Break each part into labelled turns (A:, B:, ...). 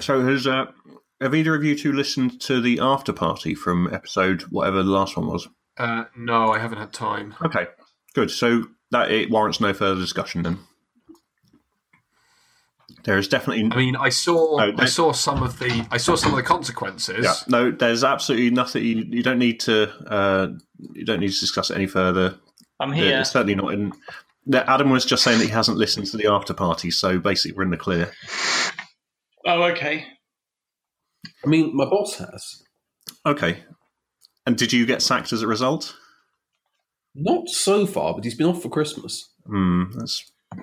A: So has uh, have either of you two listened to the after party from episode whatever the last one was?
B: Uh, no, I haven't had time.
A: Okay, good. So that it warrants no further discussion then. There is definitely
B: I mean, I saw
A: No,
B: I
A: Oh, they-
B: saw some of the I saw some of the consequences.
A: yeah, no. There's absolutely nothing. You, you don't need to. Uh, you don't need to discuss it any further.
C: I'm here.
A: It's certainly not in. that Adam was just saying that he hasn't listened to the after party, so basically we're in the clear.
C: Oh, okay.
D: I mean, my boss has.
A: Okay. And did you get sacked as a result?
D: Not so far, but he's been off for Christmas.
A: Hmm, that's I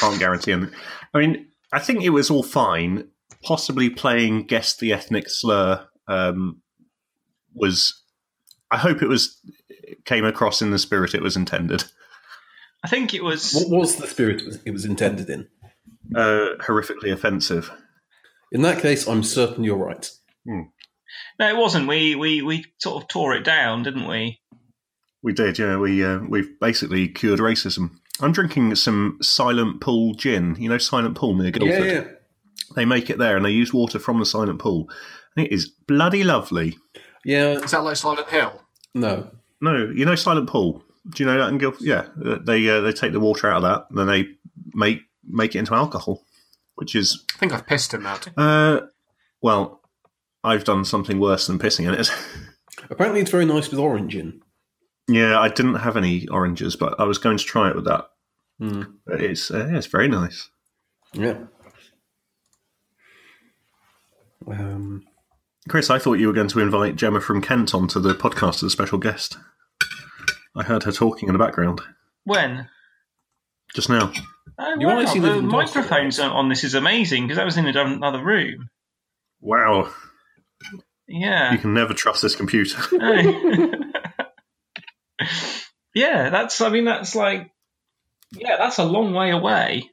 A: can't guarantee anything. I mean, I think it was all fine. Possibly playing guess the ethnic slur um, was. I hope it was came across in the spirit it was intended.
C: I think it was.
D: What was the spirit it was- it was intended in?
A: Uh, horrifically offensive.
D: In that case, I'm certain you're right.
C: No, it wasn't. We we we sort of tore it down, didn't we?
A: We did, yeah. We uh, we've basically cured racism. I'm drinking some Silent Pool gin. You know, Silent Pool near Guildford.
D: Yeah, yeah.
A: They make it there, and they use water from the Silent Pool, and it is bloody lovely.
D: Yeah,
B: Is that like Silent Hill?
D: no.
A: No, you know Silent Pool. Do you know that in Guildford? Yeah, Uh, they uh, they take the water out of that, and then they make make it into alcohol, which is
B: I think I've pissed in that.
A: uh, well, I've done something worse than pissing in it.
D: Apparently, it's very nice with orange in.
A: yeah, I didn't have any oranges, but I was going to try it with that.
D: Hmm.
A: But It's uh, yeah, it's very nice.
D: Yeah. Um,
A: Chris, I thought you were going to invite Gemma from Kent onto the podcast as a special guest. I heard her talking in the background
C: When?
A: just now.
C: Oh,
D: You
C: wow,
D: honestly live
C: the
D: in Dorset,
C: microphones on, on this is amazing because that was in another room.
A: Wow, you
C: Yeah.
A: can never trust this computer.
C: yeah, that's. I mean, that's like. Yeah, that's a long way away.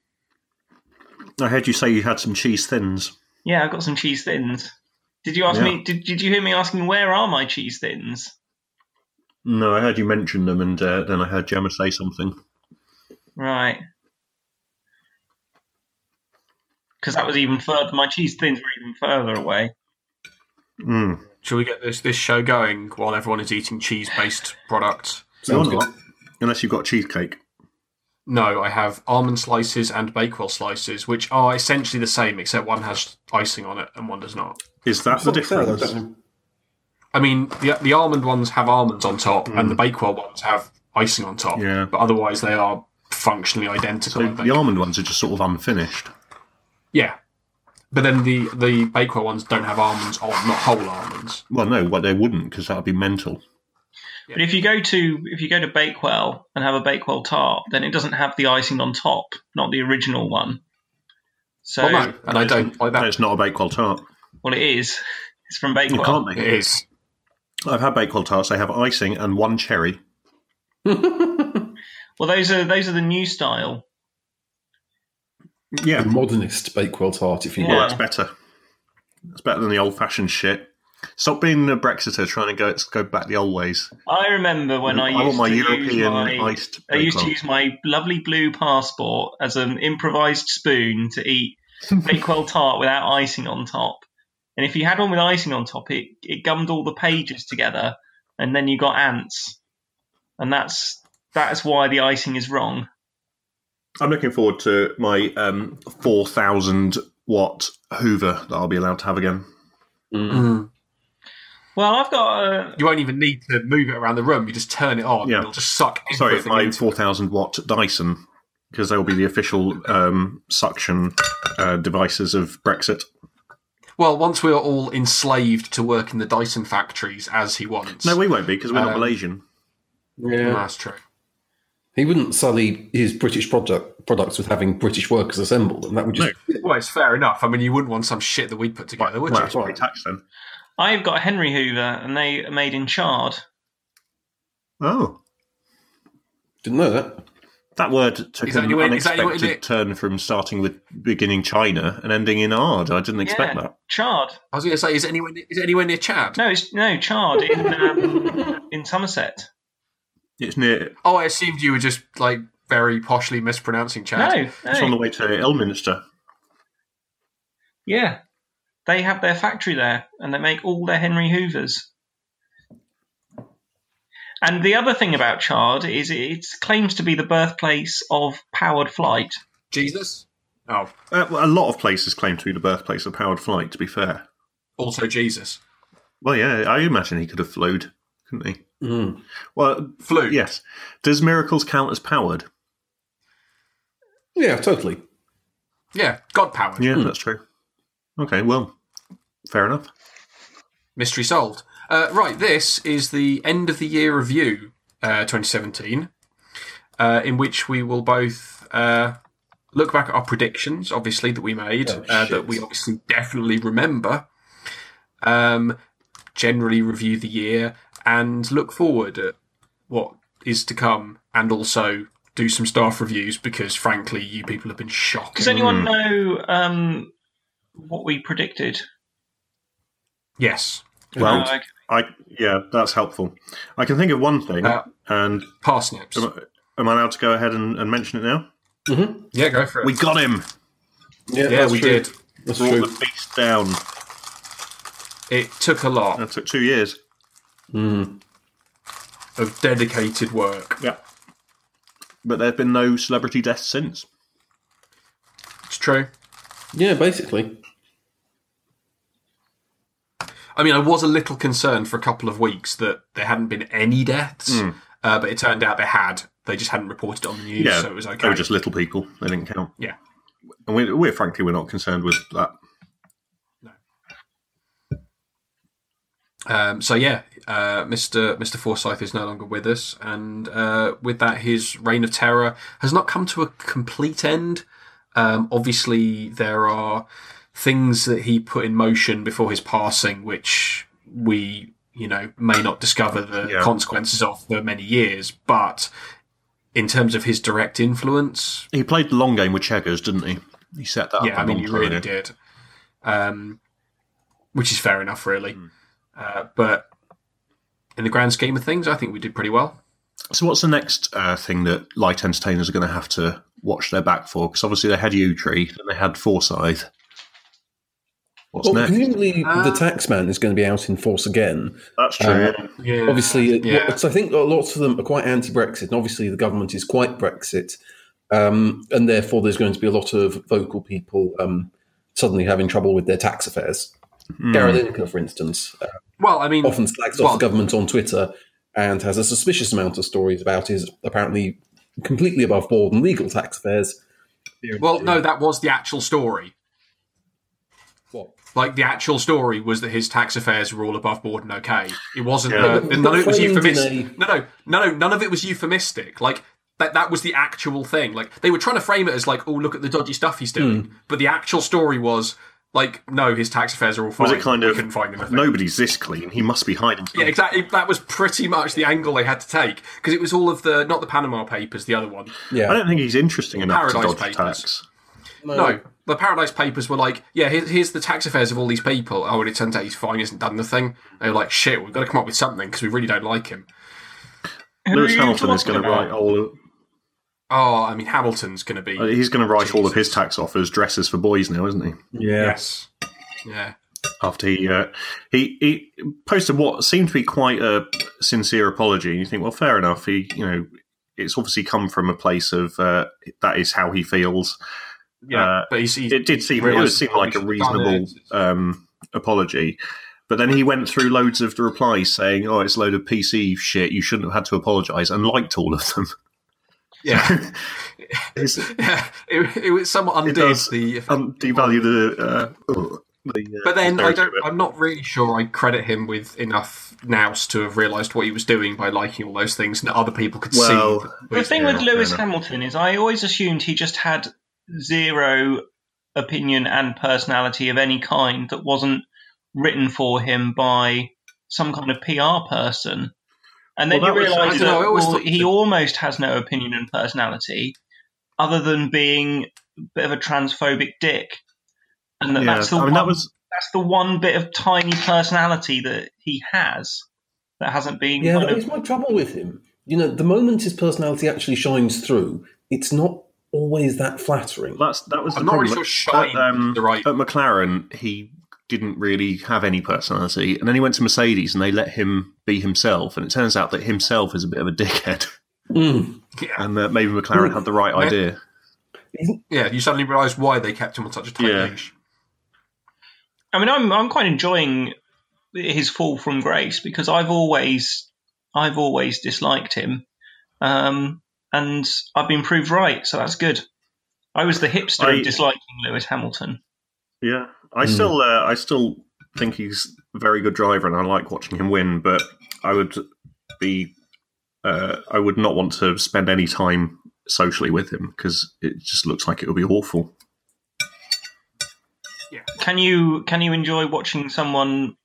A: I heard you say you had some cheese thins.
C: Yeah, I got some cheese thins. Did you ask
A: Yeah.
C: me? Did, did you hear me asking where are my cheese thins?
A: No, I heard you mention them, and uh, then I heard Gemma say something.
C: Right. Because that was even further. My cheese thins were even further away.
D: Hmm.
A: Mm.
B: Shall we get this this show going while everyone is eating cheese based products?
A: You're
D: sounds good.
A: not, unless you've got cheesecake.
B: No, I have almond slices and Bakewell slices, which are essentially the same, except one has icing on it and one does not.
A: Is that the
D: Not fair, though,
A: difference?
D: don't they?
B: I mean, the the almond ones have almonds on top, and the Bakewell ones have icing on top.
A: Mm. Yeah.
B: But otherwise, they are functionally identical.
A: So
B: I think.
A: the almond ones are just sort of unfinished.
B: yeah. But then the the Bakewell ones don't have almonds on, not whole almonds.
A: Well, no, well, they wouldn't because that would be mental.
C: But if you go to if you go to Bakewell and have a Bakewell tart, then it doesn't have the icing on top, not the original one. So
B: well, no, and I don't like
A: No,
B: that.
A: it's not a bakewell tart.
C: well, it is. It's from
A: You
C: Bakewell.
A: can't
B: It
A: make it.
B: is.
A: I've had bakewell tarts. They have icing and one cherry.
C: Well, those are those are the new style.
A: Yeah,
D: The modernist Bakewell tart, if you
A: well,
C: Yeah.
D: will.
A: that's better. That's better than the old-fashioned shit. Stop being a Brexiter trying to go go back the old ways.
C: I remember when I,
A: want
C: used
A: my
C: to use
A: European
C: my
A: iced.
C: I used to
A: Bakewell.
C: use my lovely blue passport as an improvised spoon to eat Bakewell tart without icing on top. And if you had one with icing on top, it, it gummed all the pages together, and then you got ants. And that's that's why the icing is wrong.
A: I'm looking forward to my um, 4,000 watt Hoover that I'll be allowed to have again.
D: Mm.
C: Well, I've got a
B: You won't even need to move it around the room. You just turn it on.
A: Yeah.
B: It'll just suck
A: Sorry,
B: everything
A: my
B: into
A: 4,000 watt Dyson, because they will be the official um, suction uh, devices of Brexit.
B: Well, once we are all enslaved to work in the Dyson factories as he wants.
A: No, we won't be, because we're not
B: Um,
A: Malaysian.
B: Mm,
D: Yeah.
B: that's true.
D: He wouldn't sully his British product, products with having British workers assemble them. That would just.
B: Well, it's fair enough. I mean, you wouldn't want some shit that we put together, would
A: Well,
B: you?
A: it's already taxed then.
C: I've got a Henry Hoover, and they are made in chard.
A: Oh.
D: Didn't know that.
A: That word took
B: Is that
A: an
B: your way- is that your way-
A: unexpected turn from starting with beginning China and ending in ard. I didn't expect
C: Yeah.
A: that.
C: Chard?
B: I was going to say, is it anywhere ne- is it anywhere near Chad?
C: No, it's no chard in um, in Somerset.
A: It's near.
B: Oh, I assumed you were just like very poshly mispronouncing Chad.
C: No,
A: It's on the
C: no.
A: way to Elminster.
C: yeah. They have their factory there, and they make all their Henry Hoovers. And the other thing about Chard is it claims to be the birthplace of powered flight.
B: Jesus. Oh,
A: Uh, well, a lot of places claim to be the birthplace of powered flight. To be fair,
B: also Jesus.
A: well, yeah, I imagine he could have flowed, couldn't he?
D: Mm.
A: Well,
B: Flu.
A: yes. Does miracles count as powered?
D: Yeah, totally.
B: Yeah. God power.
A: Yeah, that's true. Okay, well, fair enough.
B: Mystery solved. Uh, right, this is the end of the year review uh, 2017, uh, in which we will both uh, look back at our predictions, obviously, that we made,
D: Oh,
B: uh, that
D: shit.
B: we obviously definitely remember, um, generally review the year, and look forward at what is to come, and also do some staff reviews because, frankly, you people have been shocked.
A: Hmm.
C: Does anyone know um, what we predicted?
B: Yes.
A: Well,
C: Uh,
A: I yeah, that's helpful. I can think of one thing,
B: Uh,
A: and
B: Parsnips.
A: am I- am I allowed to go ahead and, and mention it now?
D: Mm-hmm.
B: Yeah, go for it.
A: We got him.
D: Yeah,
B: yeah,
D: that's
B: we
D: true.
B: did.
D: That's
A: Brought
D: true.
A: the beast down.
B: It took a lot.
A: That took two years.
D: Mm.
B: of dedicated work.
A: Yeah, but there have been no celebrity deaths since.
B: It's true.
D: Yeah, basically.
B: I mean, I was a little concerned for a couple of weeks that there hadn't been any deaths,
A: Hmm.
B: uh, but it turned out there had. They just hadn't reported it on the news,
A: Yeah,
B: so it was
A: They
B: okay.
A: were just little people. They didn't count.
B: Yeah.
A: and we're, we're frankly we're not concerned with that.
B: Um, so yeah, uh, Mr. Mr. Forsyth is no longer with us, and uh, with that, his reign of terror has not come to a complete end. Um, obviously, there are things that he put in motion before his passing, which we, you know, may not discover the
A: Yeah.
B: consequences of for many years. But in terms of his direct influence,
A: He played the long game with checkers, didn't he? He set that up.
B: yeah, I
A: a
B: mean,
A: long
B: you
A: time
B: really
A: ago.
B: did. Um, which is fair enough, really.
A: Hmm.
B: Uh, but in the grand scheme of things, I think we did pretty well.
A: So, what's the next uh, thing that light entertainers are going to have to watch their back for? Because obviously they had Utree, then they had Forsyth. What's
D: Well,
A: next?
D: presumably
B: Uh,
D: the taxman is going to be out in force again.
A: That's true.
D: uh,
B: Yeah.
D: Obviously, it-
B: yeah.
D: so I think lots of them are quite anti-Brexit, and obviously the government is quite Brexit, um, and therefore there's going to be a lot of vocal people um, suddenly having trouble with their tax affairs.
A: Hmm.
D: Gareth Lineker, for instance, uh,
B: Well, I mean,
D: often slags
B: Hmm. Well-
D: off the government on Twitter and has a suspicious amount of stories about his apparently completely above board and legal tax affairs.
B: well, no, that was the actual story.
D: What?
B: Like the actual story was that his tax affairs were all above board and okay. It wasn't.
A: Yeah.
B: Uh, none of it was
D: Framed in a-
B: euphemistic. No, no, no, no. None of it was euphemistic. Like that. That was the actual thing. Like they were trying to frame it as like, oh, look at the dodgy stuff he's doing.
A: Hmm.
B: But the actual story was like, no, his tax affairs are all fine.
A: Was it kind
B: We
A: of
B: couldn't find anything.
A: nobody's this clean? He must be hiding.
B: Yeah,
A: Something.
B: exactly. That was pretty much the angle they had to take because it was all of the not the Panama Papers, the other one.
A: I
D: Yeah,
A: don't think he's interesting enough
B: Paradise
A: to dodge
B: Papers.
A: tax. Oh.
B: No, the Paradise Papers were like, yeah, here, here's the tax affairs of all these people. Oh, and it turns out he's fine, he hasn't done the thing. They were like, shit, we've got to come up with something because we really don't like him.
C: who
A: Lewis
C: are you
A: Hamilton is
C: talking
A: going to
C: about?
A: write all. Of,
B: Oh, I mean, Hamilton's going to be
A: uh, he's going to write all of his tax offers dresses for boys now, isn't he?
D: yeah.
B: yes, yeah,
A: After he uh, he he posted what seemed to be quite a sincere apology, and you think, well, fair enough. He you know. It's obviously come from a place of uh, that is how he feels.
B: yeah.
A: Uh,
B: but he's, he's
A: it did seem it
B: Realised
A: does seem like a
B: probably should have done
A: reasonable
B: it.
A: um, apology. But then he went through loads of the replies saying, "Oh, it's a load of PC shit. You shouldn't have had to apologise," and liked all of them.
B: yeah,
A: It's-
B: yeah. It, it was somewhat undid
A: does.
B: the.
A: um, devalue the. Uh, oh, the uh,
B: But then I
A: austerity
B: don't.
A: of it.
B: I'm not really sure I credit him with enough nous to have realised what he was doing by liking all those things, and that other people could
A: Well,
B: see. that-
C: The thing
A: Yeah,
C: with
A: fair
C: Lewis
A: enough.
C: Hamilton is I always assumed he just had zero opinion and personality of any kind that wasn't written for him by some kind of PR person. And then
A: Well,
C: you
A: that was-
B: I
C: realise
B: don't
C: that
B: know, I always
C: well,
B: thought
C: he
B: that-
C: almost has no opinion and personality other than being a bit of a transphobic dick. And that
A: Yeah,
C: that's, the
A: I mean,
C: one,
A: that was
C: that's the one bit of tiny personality that he has that hasn't been
D: Yeah,
C: kind
D: that
C: of
D: is my trouble with him. You know, the moment his personality actually shines through, it's not always that flattering.
A: that's that was.
B: I'm
A: the
B: not really
A: problem.
B: sure shine
A: At, um,
B: is the right-
A: at McLaren, he didn't really have any personality. And then he went to Mercedes and they let him be himself. And it turns out that himself is a bit of a dickhead.
D: Mm.
A: And that maybe McLaren had the right
B: Right.
A: idea.
B: Yeah, you suddenly realise why they kept him on such a tight
A: Yeah.
B: leash.
C: I mean, I'm I'm quite enjoying his fall from grace because I've always I've always disliked him, um, and I've been proved right, so that's good. I was the hipster
A: I-
C: of disliking Lewis Hamilton.
A: Yeah. I
D: Mm.
A: still uh, I still think he's a very good driver and I like watching him win, but I would be uh, I would not want to spend any time socially with him because it just looks like it would be awful.
C: Can you can you enjoy watching someone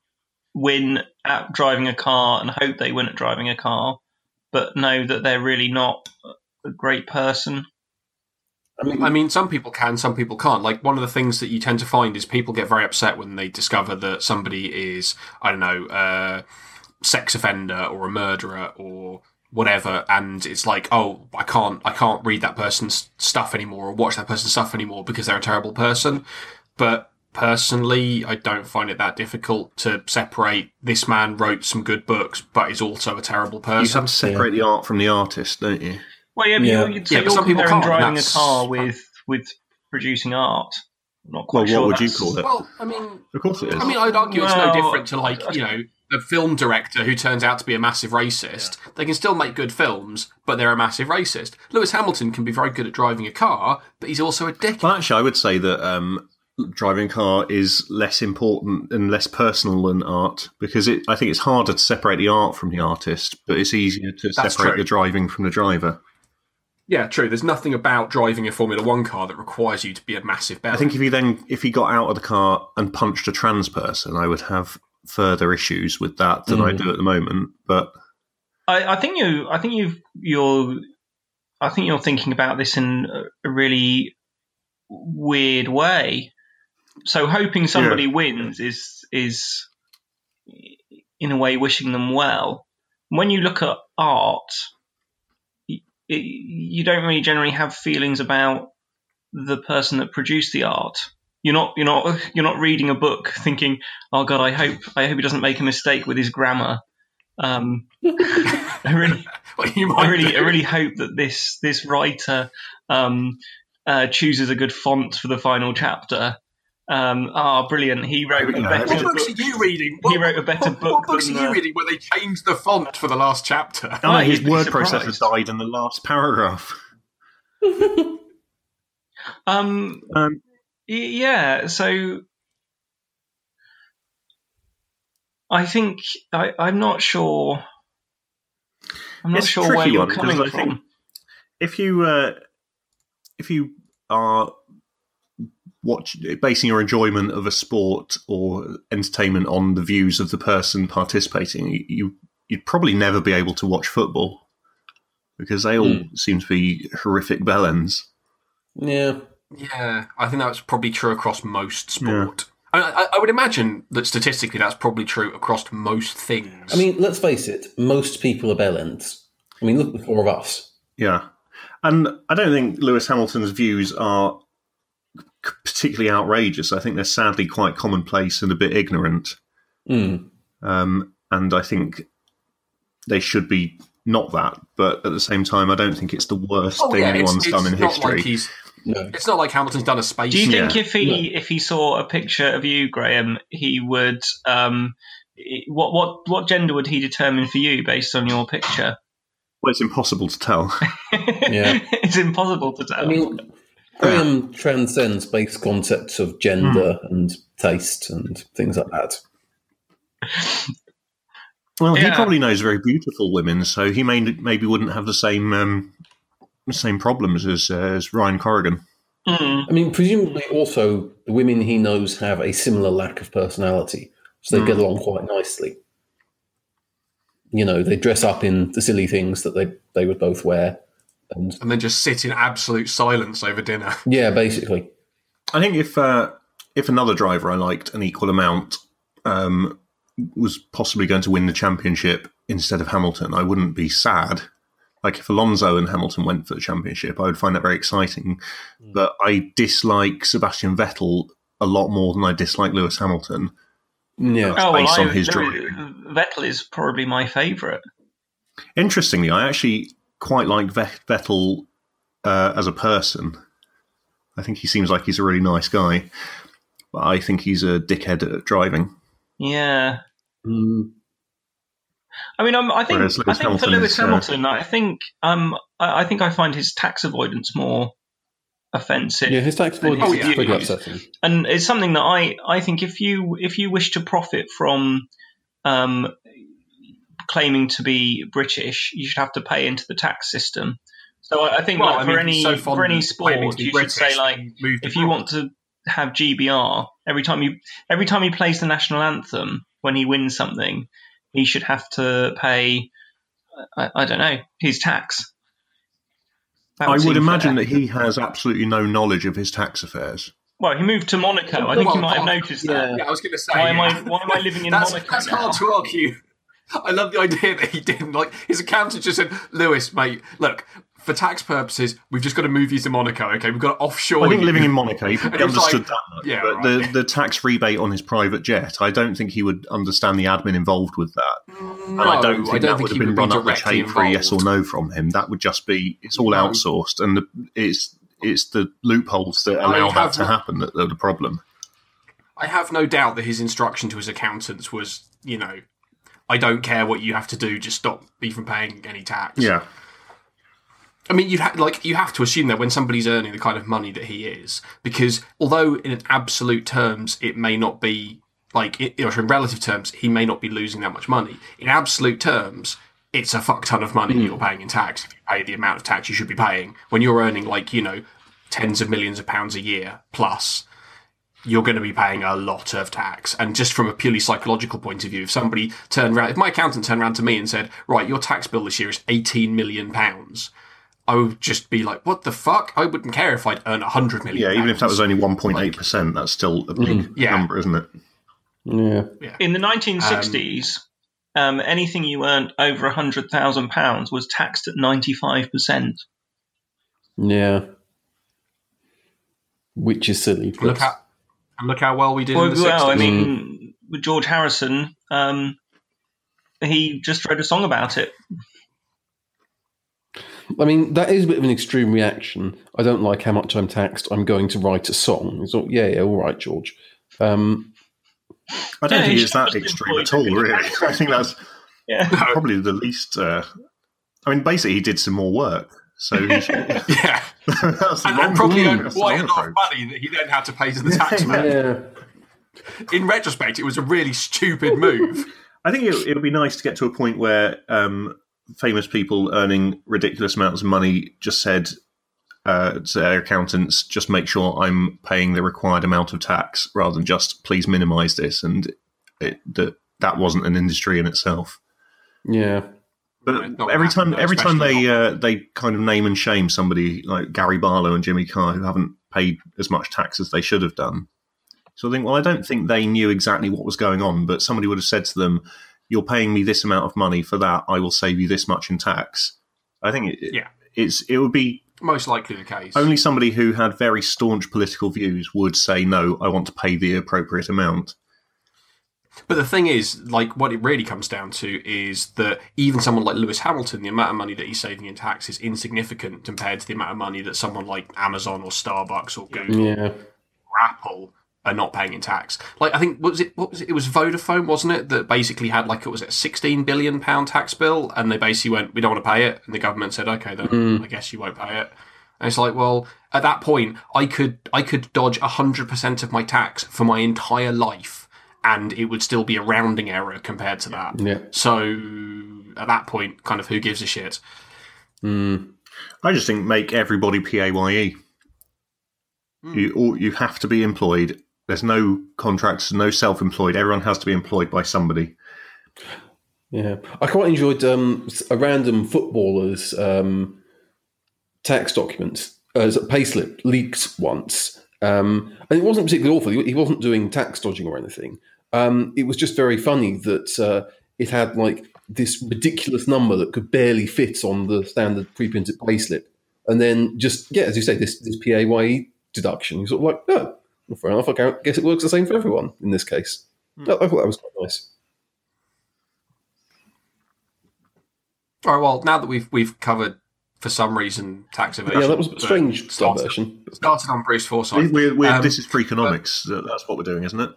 C: win at driving a car and hope they win at driving a car, but know that they're really not a great person?
D: I mean,
B: I mean, some people can, some people can't. Like, one of the things that you tend to find is people get very upset when they discover that somebody is, I don't know, uh, sex offender or a murderer or whatever and it's like oh i can't i can't read that person's stuff anymore or watch that person's stuff anymore because they're a terrible person but personally i don't find it that difficult to separate this man wrote some good books but is also a terrible
A: You
B: person
A: have to separate the art from the artist, don't you?
C: Well, yeah, but
D: Yeah.
C: You're, you'd say
B: Yeah, but
C: you're
B: some people
C: comparing
B: can't, and
C: driving a
B: that's-
C: car with with producing art. I'm not quite
A: Well, what
C: sure
A: would you
C: that's-
A: call it?
B: well i mean
A: Of course it is.
B: I mean, I'd argue it's no
C: Well-
B: different to like you know the film director who turns out to be a massive racist. They can still make good films, but they're a massive racist. Lewis Hamilton can be very good at driving a car, but he's also a dick.
A: Well, actually, I would say that um, driving a car is less important and less personal than art because it, I think it's harder to separate the art from the artist, but it's easier to
B: That's
A: separate the
B: true.
A: driving from the driver.
B: Yeah, true. There's nothing about driving a Formula One car that requires you to be a massive bell.
A: I think if he then if he got out of the car and punched a trans person, I would have further issues with that than I
D: Mm.
A: do at the moment. But
C: I, I think you. I think you've. You're. I think you're thinking about this in a really weird way. So hoping somebody wins is is in a way wishing them well. When you look at art, y- y- you don't really generally have feelings about the person that produced the art. You're not you're not you're not reading a book thinking, "Oh God, I hope I hope he doesn't make a mistake with his grammar." Um, I really
B: Well, you might
C: I really,
B: do.
C: I really hope that this this writer um, uh, chooses a good font for the final chapter. Um, ah, brilliant! He wrote a
A: No,
C: better
B: What
A: that's-
C: book.
B: books are you reading?
C: He wrote a better
B: what,
C: book
B: What books are
C: than
B: you
C: the-
B: reading where they changed the font for the last chapter?
A: oh, no,
C: Well,
A: his
C: you'd be
A: word
C: surprised.
A: processor died in the last paragraph.
C: Um,
A: Um,
C: y- yeah. So I think I, I'm not sure. I'm not
A: It's a
C: sure where
A: tricky
C: you're
A: one, 'cause
C: coming
A: I
C: from.
A: think- if you uh, if you are watch basing your enjoyment of a sport or entertainment on the views of the person participating, you you'd probably never be able to watch football because they all seem to be horrific bellends.
D: yeah.
B: Yeah, I think that's probably true across most sport. I, I, I would imagine that statistically, that's probably true across most things.
D: I mean, let's face it, most people are bellends. I mean, look at the four of us.
A: Yeah, and I don't think Lewis Hamilton's views are c- particularly outrageous. I think they're sadly quite commonplace and a bit ignorant.
D: Mm.
A: um, and I think they should be not that. But at the same time, I don't think it's the worst
B: Oh,
A: thing
B: yeah,
A: anyone's
B: it's, it's
A: done in
B: not
A: history.
B: Like he's,
D: No.
B: it's not like Hamilton's done a space.
C: Do you
A: Yeah.
C: think if he if he saw a picture of you, Graham, he would um, i- what what what gender would he determine for you based on your picture?
A: well, it's impossible to tell.
D: Yeah.
C: it's impossible to tell.
D: I mean, Graham transcends base concepts of gender
C: Mm.
D: and taste and things like that.
A: Well, he
C: Yeah.
A: probably knows very beautiful women, so he may maybe wouldn't have the same um, same problems as uh, as Ryan Corrigan.
C: Mm.
D: I mean, presumably also the women he knows have a similar lack of personality, so they get along quite nicely. You know, they dress up in the silly things that they, they would both wear. And
B: and then just sit in absolute silence over dinner.
D: yeah, basically.
A: I think if uh, if another driver I liked an equal amount um, was possibly going to win the championship instead of Hamilton, I wouldn't be sad. Like if Alonso and Hamilton went for the championship, I would find that very exciting. But I dislike Sebastian Vettel a lot more than I dislike Lewis Hamilton.
D: Yeah.
A: That's
C: Oh,
A: based on his
C: Lew-
A: drawing.
C: Vettel is probably my favourite.
A: Interestingly, I actually quite like Ve- Vettel uh, as a person. I think he seems like he's a really nice guy, but I think he's a dickhead at driving.
C: Yeah,
D: Mm,
C: I mean, I'm, I think
A: Whereas
C: I
A: Lewis
C: think for
A: Hamilton
C: Lewis
A: is, uh,
C: Hamilton, I think um, I, I think I find his tax avoidance more offensive,
D: yeah, his tax board
C: Oh,
D: is
C: yeah.
D: pretty upsetting.
C: and it's something that I I think if you if you wish to profit from um, claiming to be British, you should have to pay into the tax system. So I, I think
B: Well,
C: like,
B: I
C: for
B: mean,
C: any
B: he's so fond
C: for any
B: of claiming
C: sport,
B: to be
C: you
B: British,
C: should say like
B: he moved
C: if you
B: abroad.
C: want to have GBR every time you every time he plays the national anthem when he wins something, he should have to pay. I, I don't know his tax. That
A: I would
C: seem
A: imagine
C: fair.
A: that he has absolutely no knowledge of his tax affairs.
C: Well, he moved to Monaco. I think
B: Well,
C: you might have
B: oh,
C: noticed that.
B: Yeah, I was going to say.
C: Why am I
B: yeah.
C: Why am I living in
B: that's
C: Monaco?
B: that's
C: now?
B: hard to argue. I love the idea that he didn't like his accountant just said, "Lewis, mate, look, for tax purposes, we've just got to move you to Monaco. Okay, we've got to offshore."
A: I think
B: you."
A: living in Monaco, he probably
B: And it's like,
A: understood that much.
B: yeah,
A: but
B: right.
A: the, the tax rebate on his private jet, I don't think he would understand the admin involved with that.
B: No,
A: And I don't think that would
B: he
A: have been
B: be
A: run up the
B: directly
A: chain for a yes or
B: involved.
A: no from him. That would just be it's all
B: No.
A: outsourced, and the, it's it's the loopholes that allow
B: have
A: that to
B: no-
A: happen that are the problem.
B: I have no doubt that his instruction to his accountants was, you know, I don't care what you have to do, just stop even paying any tax. I mean, you ha- like you have to assume that when somebody's earning the kind of money that he is, because although in absolute terms it may not be like i- you know, in relative terms he may not be losing that much money, in absolute terms it's a fuck ton of money you're paying in tax if you pay the amount of tax you should be paying when you're earning like you know tens of millions of pounds a year plus you're going to be paying a lot of tax. And just from a purely psychological point of view, if somebody turned around, if my accountant turned around to me and said, right, your tax bill this year is 18 million pounds, I would just be like, what the fuck? I wouldn't care if I'd earn 100 million.
A: yeah. Even if that
B: pounds.
A: was only one point eight percent, that's still a big
B: Mm. Yeah.
A: number, isn't it?
D: Yeah.
C: In the 1960s, um, anything you earned over hundred thousand pounds was taxed at ninety five percent.
D: Yeah. Which is silly.
B: Look
D: but-
B: how, and look how well we did
C: Well,
B: in the
C: well,
B: 60s.
C: I mean, with George Harrison, um, he just wrote a song about it.
D: I mean, that is a bit of an extreme reaction. I don't like how much I'm taxed. I'm going to write a song. It's all, yeah, yeah, all right, George. Um,
A: I don't
C: Yeah,
A: think
C: he's
A: it's that
C: just
A: extreme
C: employed
A: at all,
C: to be the
A: really. I think that's
C: Yeah.
A: probably the least. Uh, I mean, basically, he did some more work, so he should,
B: yeah.
A: that's the
B: And,
A: wrong-
B: and probably
A: Mm,
B: earned
A: that's the
B: quite a
A: wrong
B: lot of
A: approach.
B: money that he then had to pay to the taxman.
D: yeah.
B: In retrospect, it was a really stupid move.
A: I think it, it would be nice to get to a point where um, famous people earning ridiculous amounts of money just said uh, to their accountants, just make sure I'm paying the required amount of tax rather than just please minimize this. And it, that, that wasn't an industry in itself.
D: Yeah.
A: But
B: Not
A: every
B: that,
A: time,
B: no,
A: every time
B: especially
A: they uh, they kind of name and shame somebody like Gary Barlow and Jimmy Carr who haven't paid as much tax as they should have done. So I think, well, I don't think they knew exactly what was going on, but somebody would have said to them, "You're paying me this amount of money for that. I will save you this much in tax." I think it,
B: Yeah.
A: it's it would be
B: Most likely the case.
A: only somebody who had very staunch political views would say, "No, I want to pay the appropriate amount."
B: But the thing is, like, what it really comes down to is that even someone like Lewis Hamilton, the amount of money that he's saving in tax is insignificant compared to the amount of money that someone like Amazon or Starbucks or Google
D: Yeah.
B: or Apple are not paying in tax. Like, I think what was it? What was it? It was Vodafone, wasn't it? That basically had like it was it a sixteen billion pound tax bill, and they basically went, "We don't want to pay it," and the government said, "Okay, then I guess you won't pay it." And it's like, well, at that point, I could I could dodge hundred percent of my tax for my entire life, and it would still be a rounding error compared to that.
D: Yeah.
B: So at that point, kind of who gives a shit?
D: Mm.
A: I just think make everybody PAYE. E.
B: Hmm.
A: You all, you have to be employed. There's no contracts, no self-employed. Everyone has to be employed by somebody.
D: Yeah. I quite enjoyed um, a random footballer's um, tax document, uh, payslip leaked once. Um, and it wasn't particularly awful. He, he wasn't doing tax dodging or anything. Um, it was just very funny that uh, it had like this ridiculous number that could barely fit on the standard pre-printed payslip. And then just, yeah, as you say, this, this PAYE deduction. You're E sort of like, oh, Well, fair enough. I guess it works the same for everyone in this case. I I thought that was quite nice.
B: All right. Well, now that we've we've covered for some reason tax evasion.
D: yeah, that was a
B: but
D: strange
B: Started,
D: diversion.
B: started on Bruce
A: We-
B: Forsyth.
A: We're, we're,
B: Um, uh,
A: this is pre-economics. That- That's what we're doing, isn't it?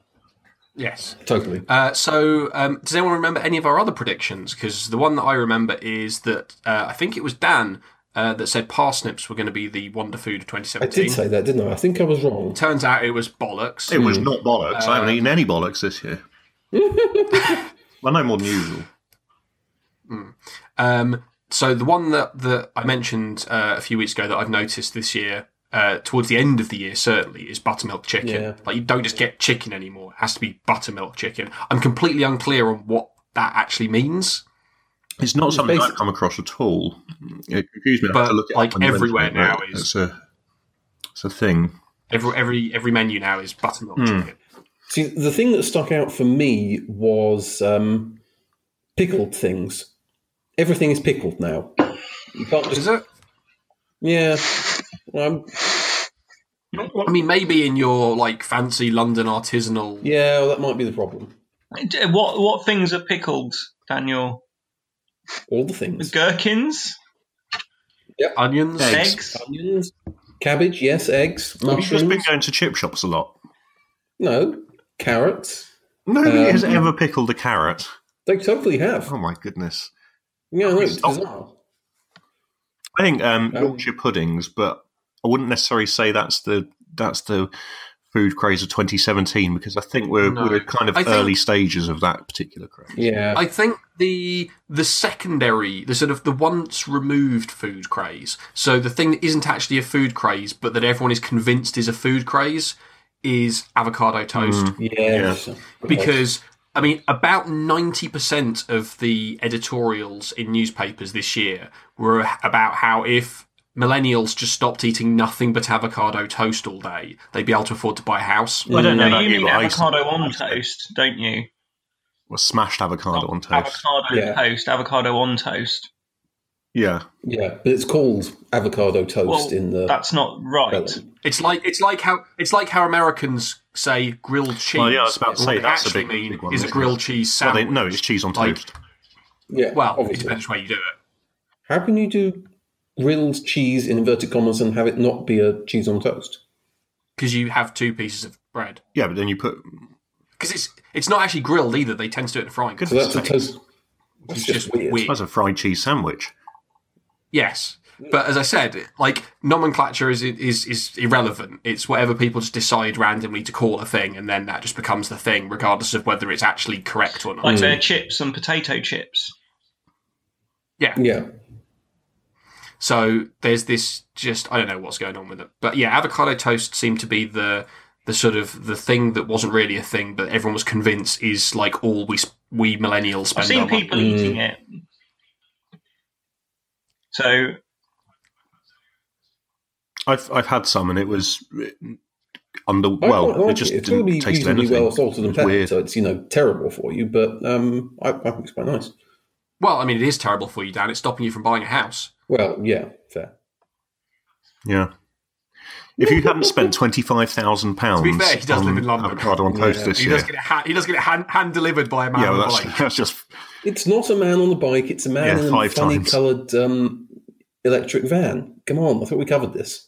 B: Yes.
D: Totally.
B: Uh, so, um, does anyone remember any of our other predictions? Because the one that I remember is that uh, I think it was Dan uh, that said parsnips were going to be the wonder food of
D: I
B: 2017.
D: did say that, didn't I? I think I was wrong.
B: Turns out it was bollocks.
A: It was not bollocks. I
B: Uh,
A: haven't eaten any bollocks this year. well, no more than usual.
B: Um, so the one that, that I mentioned uh, a few weeks ago that I've noticed this year, uh, towards the end of the year certainly, is buttermilk chicken.
D: Yeah.
B: Like you don't just get chicken anymore; it has to be buttermilk chicken. I'm completely unclear on what that actually means,
A: It's not something
D: basic-
A: I've come across at all. It confused me. I have
B: Hmm, but
A: to look it up
B: like
A: on Wednesday,
B: everywhere now
A: but
B: is
A: it's a it's a thing.
B: every every every menu now is buttermilk chicken.
D: See, the thing that stuck out for me was um, pickled things. Everything is pickled now. You can't just.
B: Is it?
D: Yeah. Um,
B: I mean, maybe in your like fancy London artisanal.
D: yeah, well, that might be the problem.
C: What what things are pickled, Daniel?
D: All the things.
C: Gherkins,
B: Onions,
A: Eggs.
C: eggs.
D: Onions, cabbage, yes, eggs,
A: Have you just been
D: mushrooms.
A: going to chip shops a lot?
D: No, carrots.
A: Nobody
D: Um,
A: has ever pickled a carrot.
D: They totally have.
A: Oh my goodness!
D: Yeah, no, it's
A: Oh.
D: bizarre.
A: I think um,
D: Um,
A: Yorkshire puddings, but I wouldn't necessarily say that's the that's the food craze of 2017 because I think we're
B: No.
A: we're kind of
B: I think-
A: early stages of that particular craze.
D: Yeah.
B: I think the the secondary, the sort of the once removed food craze. So the thing that isn't actually a food craze, but that everyone is convinced is a food craze, is avocado toast.
D: Mm. Yes.
B: Because I mean, about ninety percent of the editorials in newspapers this year were about how if millennials just stopped eating nothing but avocado toast all day, they'd be able to afford to buy a house.
C: I don't know.
A: Mm,
C: You
A: yeah,
C: mean
A: but I-
C: avocado on toast, don't you?
A: Well, smashed avocado on toast.
C: Avocado
D: Yeah.
C: toast, avocado on toast.
A: Yeah,
D: yeah, but it's called avocado toast
C: Well,
D: in the.
C: That's not right.
D: spelling.
B: It's like it's like how it's like how Americans say grilled cheese.
A: Well, yeah, I was about to
B: What
A: say,
B: they
A: that's a
B: actually
A: big- big one,
B: is a
A: isn't it?
B: grilled cheese
A: well, they,
B: sandwich.
A: no, it's cheese on
B: Like-
A: toast.
D: Yeah,
B: Well, it
D: obviously.
B: depends where you do it.
D: How can you do grilled cheese in inverted commas and have it not be a cheese on toast?
B: Because you have two pieces of bread.
A: yeah, but then you put
B: Because it's it's not actually grilled either. They tend to do it in a frying. pan.
D: So that's a
A: Steaks.
D: toast. That's
B: It's
D: just,
B: just
D: weird.
B: weird.
A: that's a fried cheese sandwich.
B: Yes, but as I said, like nomenclature is is is irrelevant. It's whatever people just decide randomly to call a thing, and then that just becomes the thing, regardless of whether it's actually correct or not.
C: Like their chips and potato chips.
D: Yeah,
B: So there's this just I don't know what's going on with it, but yeah, avocado toast seemed to be the the sort of the thing that wasn't really a thing, but everyone was convinced is like all we sp- we millennials spend.
C: I've seen
B: our money.
C: people
D: Mm.
C: eating it. So
A: I've I've had some, and it was it, under
D: I
A: well,
D: quite like
A: it just
D: it. It's
A: didn't
D: going to be
A: taste
D: reasonably
A: anything.
D: well salted and
A: It's
D: peppered,
A: weird.
D: so it's you know terrible for you, but um, I, I think it's quite nice.
B: Well, I mean, it is terrible for you, Dan. It's stopping you from buying a house.
D: Well, yeah, fair.
A: Yeah. If you hadn't spent twenty five thousand pounds,
B: To be fair, he does live in London.
A: Avocado on toast
D: Yeah.
A: this
B: He
A: year.
B: does get it. Ha- he does get it hand, hand delivered by a man
A: yeah,
B: on
A: well,
B: a
A: that's,
B: bike.
A: that's just
D: It's not a man on the bike; it's a man
A: Yeah,
D: in a
A: five
D: funny
A: times.
D: coloured um, electric van. Come on, I thought we covered this.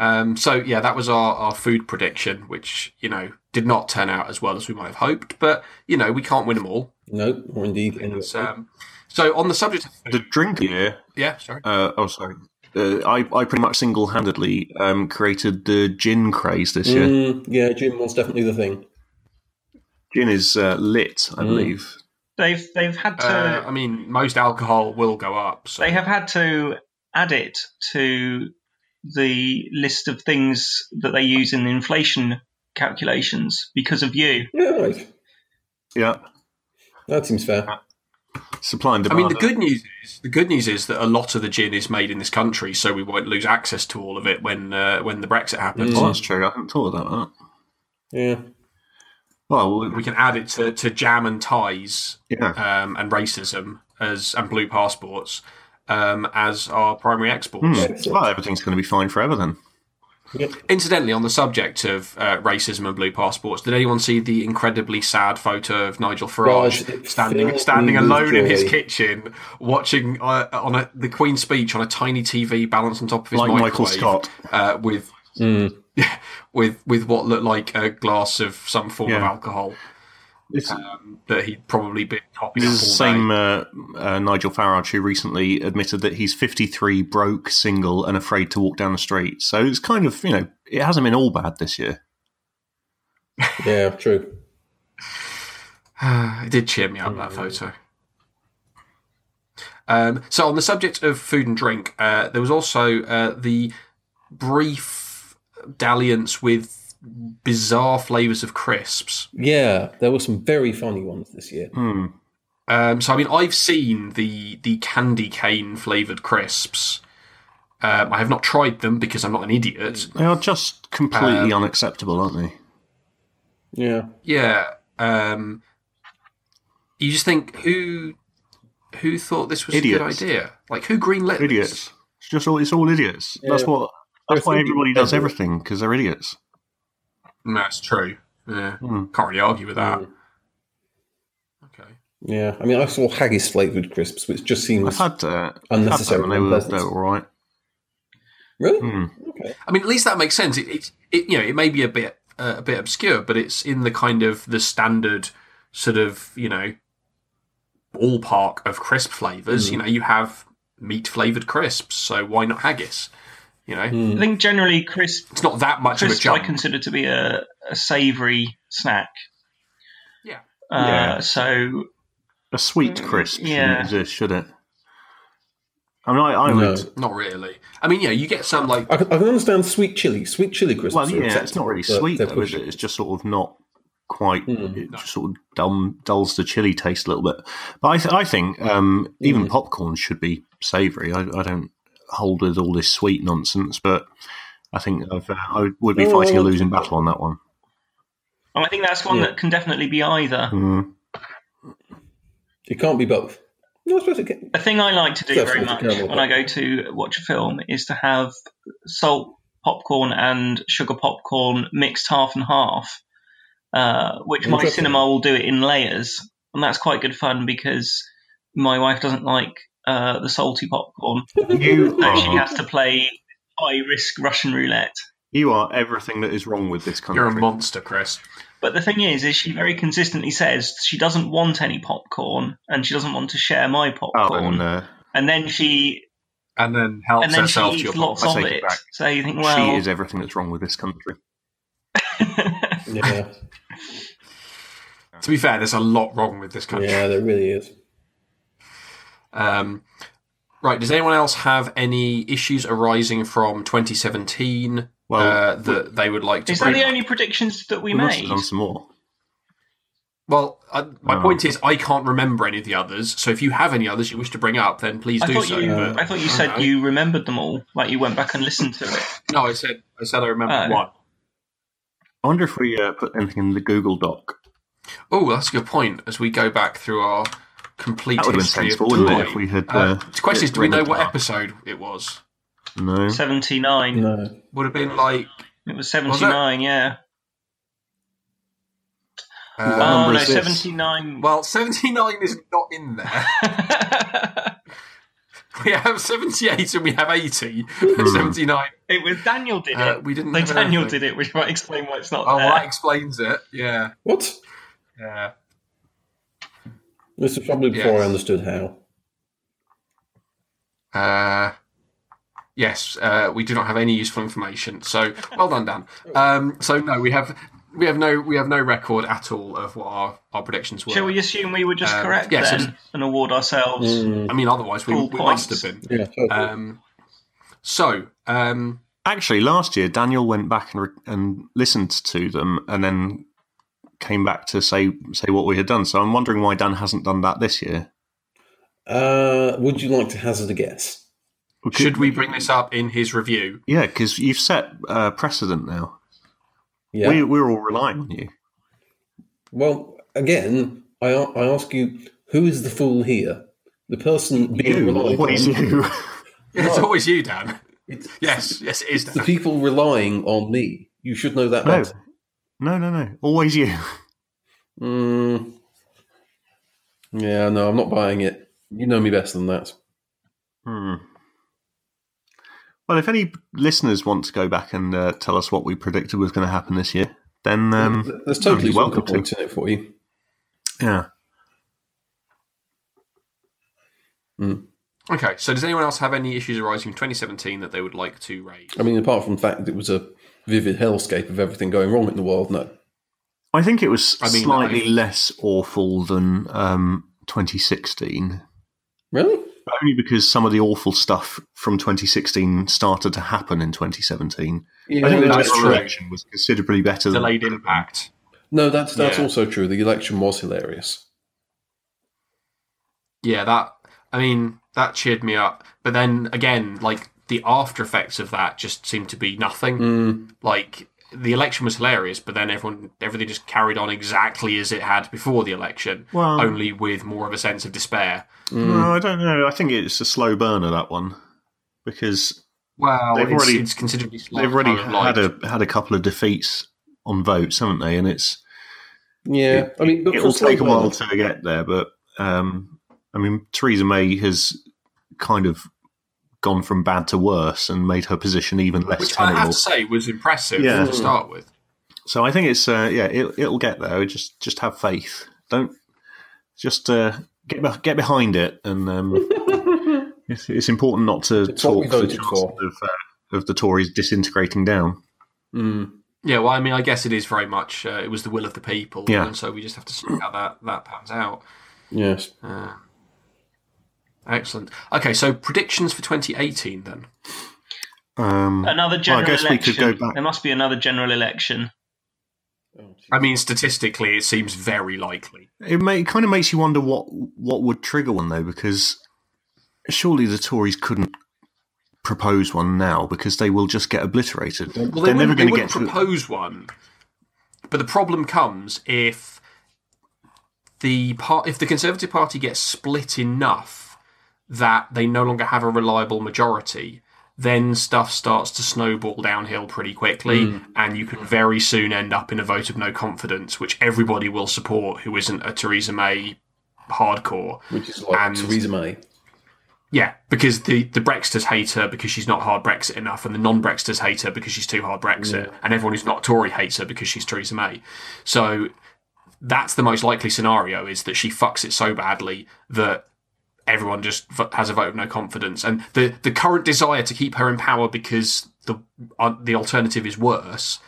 B: Um, so yeah, that was our, our food prediction, which you know did not turn out as well as we might have hoped. But you know, we can't win them all.
D: No, or indeed. Anyway.
B: It's, um, so on the subject of
A: the drink here.
B: yeah, sorry.
A: Uh, oh, sorry. Uh, I, I pretty much single handedly um, created the gin craze this year.
D: Mm, yeah, Jim was definitely the thing.
A: Gin is uh, lit, I
D: Mm.
A: believe.
C: they've they've had to
B: Uh, I mean, most alcohol will go up. So.
C: they have had to add it to the list of things that they use in the inflation calculations because of you.
D: Yeah, right.
A: Yeah,
D: That seems fair.
A: supply and
B: I
A: demand.
B: mean, the good news is the good news is that a lot of the gin is made in this country, so we won't lose access to all of it when uh, when the Brexit happens.
A: Oh, that's true. I hadn't thought about that.
D: Yeah.
A: Well, we-
B: We can add it to, to jam and ties
A: yeah.
B: um, and racism as and blue passports um, as our primary exports. Uh,
A: Hmm. Well, everything's going to be fine forever then.
B: Incidentally, on the subject of uh, racism and blue passports, did anyone see the incredibly sad photo of Nigel Farage
D: God, it
B: standing
D: filled
B: standing
D: me with
B: alone in his
D: joy.
B: kitchen, watching uh, on a, the Queen's speech on a tiny TV balanced on top of his
A: Like Michael
B: microwave,
A: Scott.
B: uh, with
D: Mm.
B: with with what looked like a glass of some form of
A: Yeah.
B: alcohol
A: It's,
B: um, that he'd probably been topping
A: This
B: up all
A: is the
B: day.
A: same uh, uh, Nigel Farage who recently admitted that he's 53, broke, single, and afraid to walk down the street. So it's kind of, you know, it hasn't been all bad this year.
D: Yeah, true.
B: it did cheer me up that photo. Um, so on the subject of food and drink, uh, there was also uh, the brief dalliance with bizarre flavors of crisps.
D: Yeah, there were some very funny ones this year.
A: Hmm.
B: Um, so I mean, I've seen the the candy cane flavored crisps. Um, I have not tried them because I'm not an idiot.
A: They are just completely
B: Um,
A: unacceptable, aren't they?
D: Yeah,
B: Yeah. Um, you just think who who thought this was a
A: Idiots.
B: good idea? Like who greenlit this?
A: Idiots. It's just all, it's all idiots. That's
D: Yeah.
A: what.
D: I
A: That's why
D: think-
A: everybody does everything because they're idiots.
B: That's true. Yeah,
A: Hmm.
B: can't really argue with that.
D: Mm.
B: Okay.
D: yeah. I mean, I saw haggis flavored crisps, which just
A: I've
D: seems
A: had, uh, had them
D: unnecessary.
A: and they were,
D: unpleasant.
A: they were all right.
D: really
A: Hmm.
D: okay.
B: I mean, at least that makes sense. It, it, it you know, it may be a bit uh, a bit obscure, but it's in the kind of the standard sort of you know ballpark of crisp flavors. You know, you have meat flavored crisps, so why not haggis? You know,
D: Mm.
C: I think generally crisp,
B: it's not that much of a
C: crisp I
B: jump.
C: consider to be a, a savoury snack.
B: Yeah.
C: Uh,
A: Yeah.
C: So
A: A
D: Mm.
A: sweet crisp
C: yeah.
A: shouldn't exist, should it? I mean, I, I
D: No.
A: would.
B: Not really. I mean, yeah, you get some like
D: I can, I can understand sweet chili, sweet chili crisps.
A: Well,
D: are
A: yeah, it's
D: acceptable,
A: not really
D: but
A: sweet
D: they're
A: though, is it?
D: pushing.
A: It's just sort of not quite.
D: Mm.
A: It just sort of dumb, dulls the chili taste a little bit. But I, th- I think um,
D: Hmm.
A: even popcorn should be savoury. I, I don't hold with all this sweet nonsense, but I think I've, uh, I would- would be
D: No, I
A: fighting a
D: want-
A: losing battle on that one.
C: I think that's one
D: Yeah.
C: that can definitely be either.
A: Mm.
D: It can't be both. No, I suppose it can.
C: A thing I like to do
D: That's
C: very
D: not
C: much
D: a terrible
C: when I go to watch a film is to have salt popcorn and sugar popcorn mixed half and half, uh, which my
D: Interesting.
C: cinema will do it in layers, and that's quite good fun because my wife doesn't like uh, the salty popcorn,
A: You
C: and she
A: are
C: has to play high risk Russian roulette.
A: you are everything that is wrong with this country.
B: you're a monster, Chris.
C: But the thing is, is she very consistently says she doesn't want any popcorn, and she doesn't want to share my
A: oh,
C: popcorn.
A: and, uh,
C: And then she
B: And then helps
C: and then she
B: herself to your
C: eats lots
A: I
C: of
A: take it
C: it.
A: back.
C: So you think, well,
A: she is everything that's wrong with this country.
D: Yeah,
B: To be fair, there's a lot wrong with this country.
D: yeah, there really is.
B: Um, right. Does anyone else have any issues arising from 2017
A: Well,
B: uh, that they would like to
C: is that
B: bring?
C: the
B: up?
C: only predictions that we
A: We must
C: made?
A: have done some more.
B: well, I, my
A: Oh.
B: point is, I can't remember any of the others. So if you have any others you wish to bring up, then please
C: I
B: do
C: thought
B: so.
C: you,
B: but-
C: I thought you
B: don't
C: said
B: know.
C: you remembered them all, like you went back and listened to it.
B: No, I said. I said I remember
C: Oh.
B: one.
A: I wonder if we uh, put anything in the Google Doc.
B: Oh, that's a good point. As we go back through our complete
A: That would have been
B: history of
A: sensible, wouldn't it?
B: time.
A: If we had.
B: Uh,
A: Uh,
B: the question is, do we know what
A: written
B: episode it was?
A: it down. No.
C: Seventy
A: Hmm.
C: nine.
D: No,
B: Would have been like.
C: It was seventy nine. Yeah.
B: uh,
A: What
C: Oh
A: number
C: no,
A: is this?
C: seventy nine.
B: well, seventy-nine is not in there. We have 78 and we have 80. and 79.
C: it was Daniel did it.
B: Uh, we didn't
C: They
B: have an
C: Daniel
B: earthquake.
C: did Uh, it, which might explain why it's not
B: Oh,
C: there.
B: well, that explains it. Yeah.
D: what?
B: Yeah.
D: This is probably before
B: Yes.
D: I understood how.
B: Uh, yes, uh, we do not have any useful information. So, well done, Dan. Um, so no, we have we have no we have no record at all of what our, our predictions were.
C: Shall we assume we were just
B: Um,
C: correct
B: yes, it
C: then,
B: was-
C: and award ourselves?
A: Mm.
B: I mean, otherwise we,
C: Full
B: we
C: points.
B: must have been.
D: Yeah, totally.
A: uh,
B: Um, so, um,
A: Actually, last year Daniel went back and, re- and listened to them, and then came back to say say what we had done. So I'm wondering why Dan hasn't done that this year.
D: uh, would you like to hazard a guess?
B: should we bring this up in his review?
A: Yeah, because you've set uh, precedent now.
D: Yeah.
A: We, we're all relying on you.
D: Well, again, I, a- I ask you, who is the fool here? The person being relied on.
A: you?
B: It's always you, Dan.
D: It's,
B: Yes, yes, it is.
D: it's the
B: Dan.
D: people relying on me. You should know that
A: No.
D: better.
A: No, no, no. Always you.
D: Mm. Yeah, no, I'm not buying it. You know me better than that.
A: Hmm. Well, if any listeners want to go back and uh, tell us what we predicted was going to happen this year, then um,
D: There's totally
A: you're welcome
D: welcome
A: to.
D: point in it for you.
A: yeah,
B: Okay, so does anyone else have any issues arising from 2017 that they would like to raise?
D: I mean, apart from the fact that it was a vivid hellscape of everything going wrong in the world, no.
A: I think it was
B: I mean,
A: slightly
B: I-
A: less awful than um, 2016,
D: Really?
A: But only because some of the awful stuff from 2016 started to happen in 2017.
D: Yeah,
A: I think the
B: that's
A: general
B: true.
A: election was considerably better than
B: Delayed impact.
D: No, that's that's
B: Yeah.
D: also true. The election was hilarious.
B: Yeah, that. I mean, that cheered me up. But then again, like the after effects of that just seemed to be nothing.
D: Mm,
B: Like the election was hilarious, but then everyone, everything just carried on exactly as it had before the election,
A: Well,
B: only Hmm. with more of a sense of despair.
D: mm.
A: no, I don't know. I think it's a slow burner that one because
B: Well,
A: They've
B: it's,
A: already-
B: it's considerably. slower
A: they've already
B: than I would
A: had a had a couple of defeats on votes, haven't they? And it's
D: Yeah, I mean, but
A: it'll
D: for
A: take a
D: Slow
A: while
D: Burn-
A: to get there, but um, I mean, Theresa May has kind of gone from bad to worse and made her position even less
B: Which I have
A: tenable.
B: to say was impressive
A: Yeah.
B: to start with.
A: So I think it's uh, yeah, it, it'll get there. Just just have faith. Don't just uh, get beh- get behind it, and um, it's, it's important not to
D: It's what we
A: talk the
D: voted
A: chances
D: for.
A: of uh, of the Tories disintegrating down.
D: Mm.
B: Yeah, well, I mean, I guess it is very much uh, it was the will of the people,
A: Yeah.
B: and so we just have to see how that that pans out.
D: Yes.
B: Uh, excellent. Okay, so predictions for 2018 then.
A: Um,
C: Another general
A: guess we
C: election.
A: could go back-
C: There must be another general election.
B: I mean, statistically, it seems very likely.
A: It, may, it kind of makes you wonder what what would trigger one though, because surely the Tories couldn't propose one now because they will just get obliterated.
B: Well,
A: They're never
B: they wouldn't, they
A: going to
B: wouldn't
A: get to.
B: propose one, but the problem comes if the part if the Conservative Party gets split enough that they no longer have a reliable majority. Then stuff starts to snowball downhill pretty quickly,
A: Hmm.
B: and you can very soon end up in a vote of no confidence, which everybody will support who isn't a Theresa May hardcore.
D: Which is like
B: And-
D: Theresa May.
B: Yeah, because the, the Brexiters hate her because she's not hard Brexit enough, and the non Brexiters hate her because she's too hard Brexit, and everyone who's not Tory hates her because she's Theresa May. So that's the most likely scenario is that she fucks it so badly that everyone just v- has a vote of no confidence, and the the current desire to keep her in power because the uh, the alternative is worse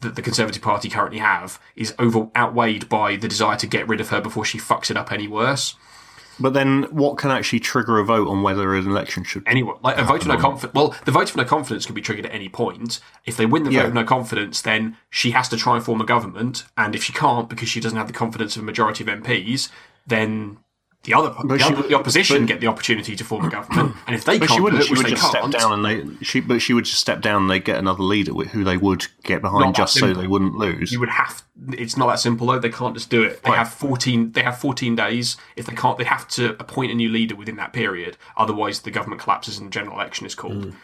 B: that the Conservative Party currently have is over outweighed by the desire to get rid of her before she fucks it up any worse.
A: But then, what can actually trigger a vote on whether an election should?
B: anyone. Like a vote of no confidence. Well, the vote of no confidence could be triggered at any point. If they win the
A: Yeah.
B: vote of no confidence, then she has to try and form a government. And if she can't, because she doesn't have the confidence of a majority of MPs, then the other the,
A: But she
B: other-
A: would-
B: the opposition get the opportunity to form a government. And if they
A: But she
B: can't, do
A: wouldn't.
B: it,
A: She
B: which
A: would
B: they
A: just step
B: can't,
A: down, and they. She, but she would just step down, and they get another leader wi- who they would get
B: Not
A: behind,
B: that
A: just so
B: simple.
A: they wouldn't lose.
B: you would have. It's not that simple though. They can't just do it. They
A: Right.
B: have fourteen. They have fourteen days. If they can't, they have to appoint a new leader within that period. Otherwise, the government collapses and the general election is called.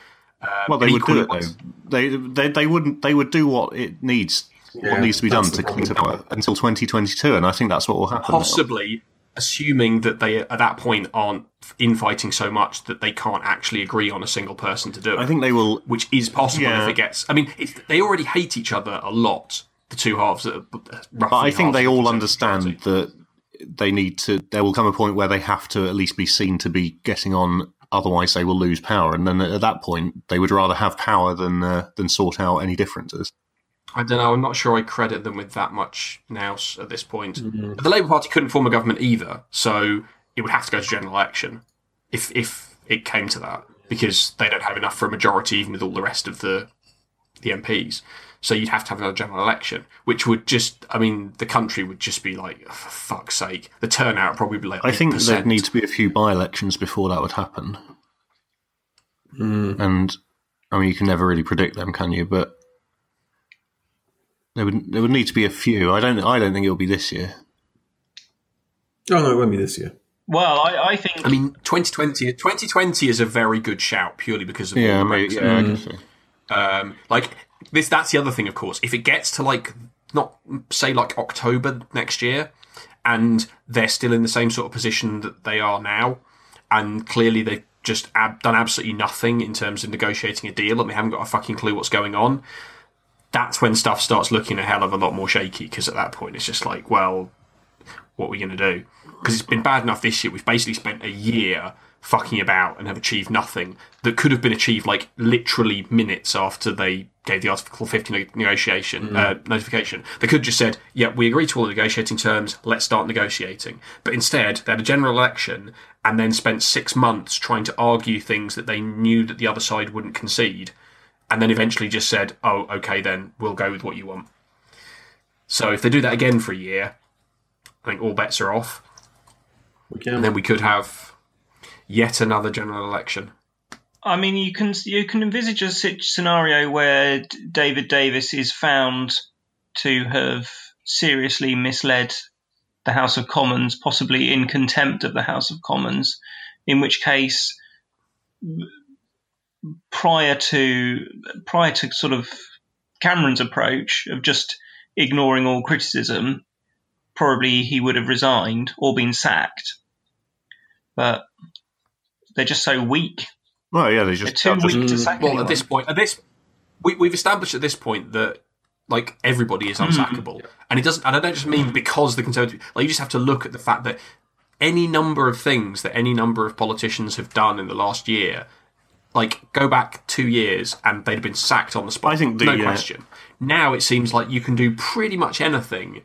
A: well, they
B: and
A: would do it
B: equally-
A: though. They, they they wouldn't. They would do what it needs.
D: Yeah,
A: what needs to be done
D: that's
A: to
D: the
A: come to
D: problem.
A: power until 2022, and I think that's what will happen. now.
B: possibly assuming that they at that point aren't infighting so much that they can't actually agree on a single person to do it,
A: I think they will
B: which is possible
A: Yeah.
B: if it gets. I mean, it's, they already hate each other a lot. The two halves, that are roughly
A: But I think
B: halves
A: they
B: of the
A: all
B: Conservative
A: understand
B: Party.
A: that they need to. There will come a point where they have to at least be seen to be getting on. Otherwise, they will lose power, and then at that point, they would rather have power than uh, than sort out any differences.
B: I don't know. I'm not sure I credit them with that much now s- at this point.
A: Mm.
B: But the Labour Party couldn't form a government either, so it would have to go to general election if if it came to that, because they don't have enough for a majority, even with all the rest of the the MPs. So you'd have to have another general election, which would just, I mean, the country would just be like, "Oh, for fuck's sake. The turnout would probably be like,
A: I think there'd
B: 8%.
A: need to be a few by elections before that would happen. And I mean, you can never really predict them, can you? But there would there would need to be a few. I don't I don't think it'll be this year.
D: Oh, no, it won't be this year.
C: Well, I, I think
B: I mean, 2020, 2020 is a very good shout purely because of all
A: Yeah,
B: the
A: maybe,
B: Brexit.
A: yeah, I guess so.
B: Um, like this, that's the other thing, of course. If it gets to like not say like October next year, and they're still in the same sort of position that they are now, and clearly they've just ab- done absolutely nothing in terms of negotiating a deal, and we haven't got a fucking clue what's going on. That's when stuff starts looking a hell of a lot more shaky because at that point it's just like, well, what are we going to do? Because it's been bad enough this year. We've basically spent a year fucking about and have achieved nothing that could have been achieved like literally minutes after they gave the Article 50 neg- negotiation uh, notification. They could have just said, yeah, we agree to all the negotiating terms. Let's start negotiating. But instead, they had a general election and then spent six months trying to argue things that they knew that the other side wouldn't concede. And then eventually just said, oh, okay, then we'll go with what you want. So if they do that again for a year, I think all bets are off,
D: We can.
B: and then we could have yet another general election.
C: I mean, you can you can envisage a sit- scenario where D- David Davis is found to have seriously misled the House of Commons, possibly in contempt of the House of Commons, in which case, prior to prior to sort of Cameron's approach of just ignoring all criticism, probably he would have resigned or been sacked. But they're just so weak
A: Well, yeah, they just,
C: they're too
A: they'll just-
C: weak to
D: Mm.
C: sack
B: Well,
C: anyone.
B: at this point, at this, we, we've established at this point that like everybody is unsackable, and it doesn't. And I don't just mean because the Conservative. Like you just have to look at the fact that any number of things that any number of politicians have done in the last year, like go back two years, and they'd have been sacked on the spot.
A: I think the,
B: no
A: uh,
B: question. Now it seems like you can do pretty much anything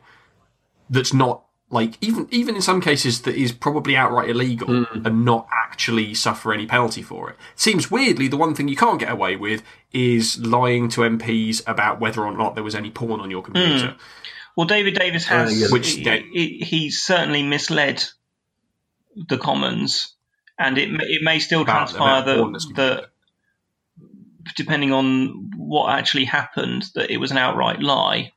B: that's not like even even in some cases that is probably outright illegal
C: Hmm.
B: and not actually suffer any penalty for it. Seems weirdly the one thing you can't get away with is lying to MPs about whether or not there was any porn on your
C: Hmm.
B: computer.
C: well, David Davis has.
D: yeah.
B: Which
C: he,
B: they-
C: he- he certainly misled the Commons, and it may- it may still
B: About-
C: transpire
B: about
C: that,
B: Bournemouth's
C: that depending on what actually happened, that it was an outright lie.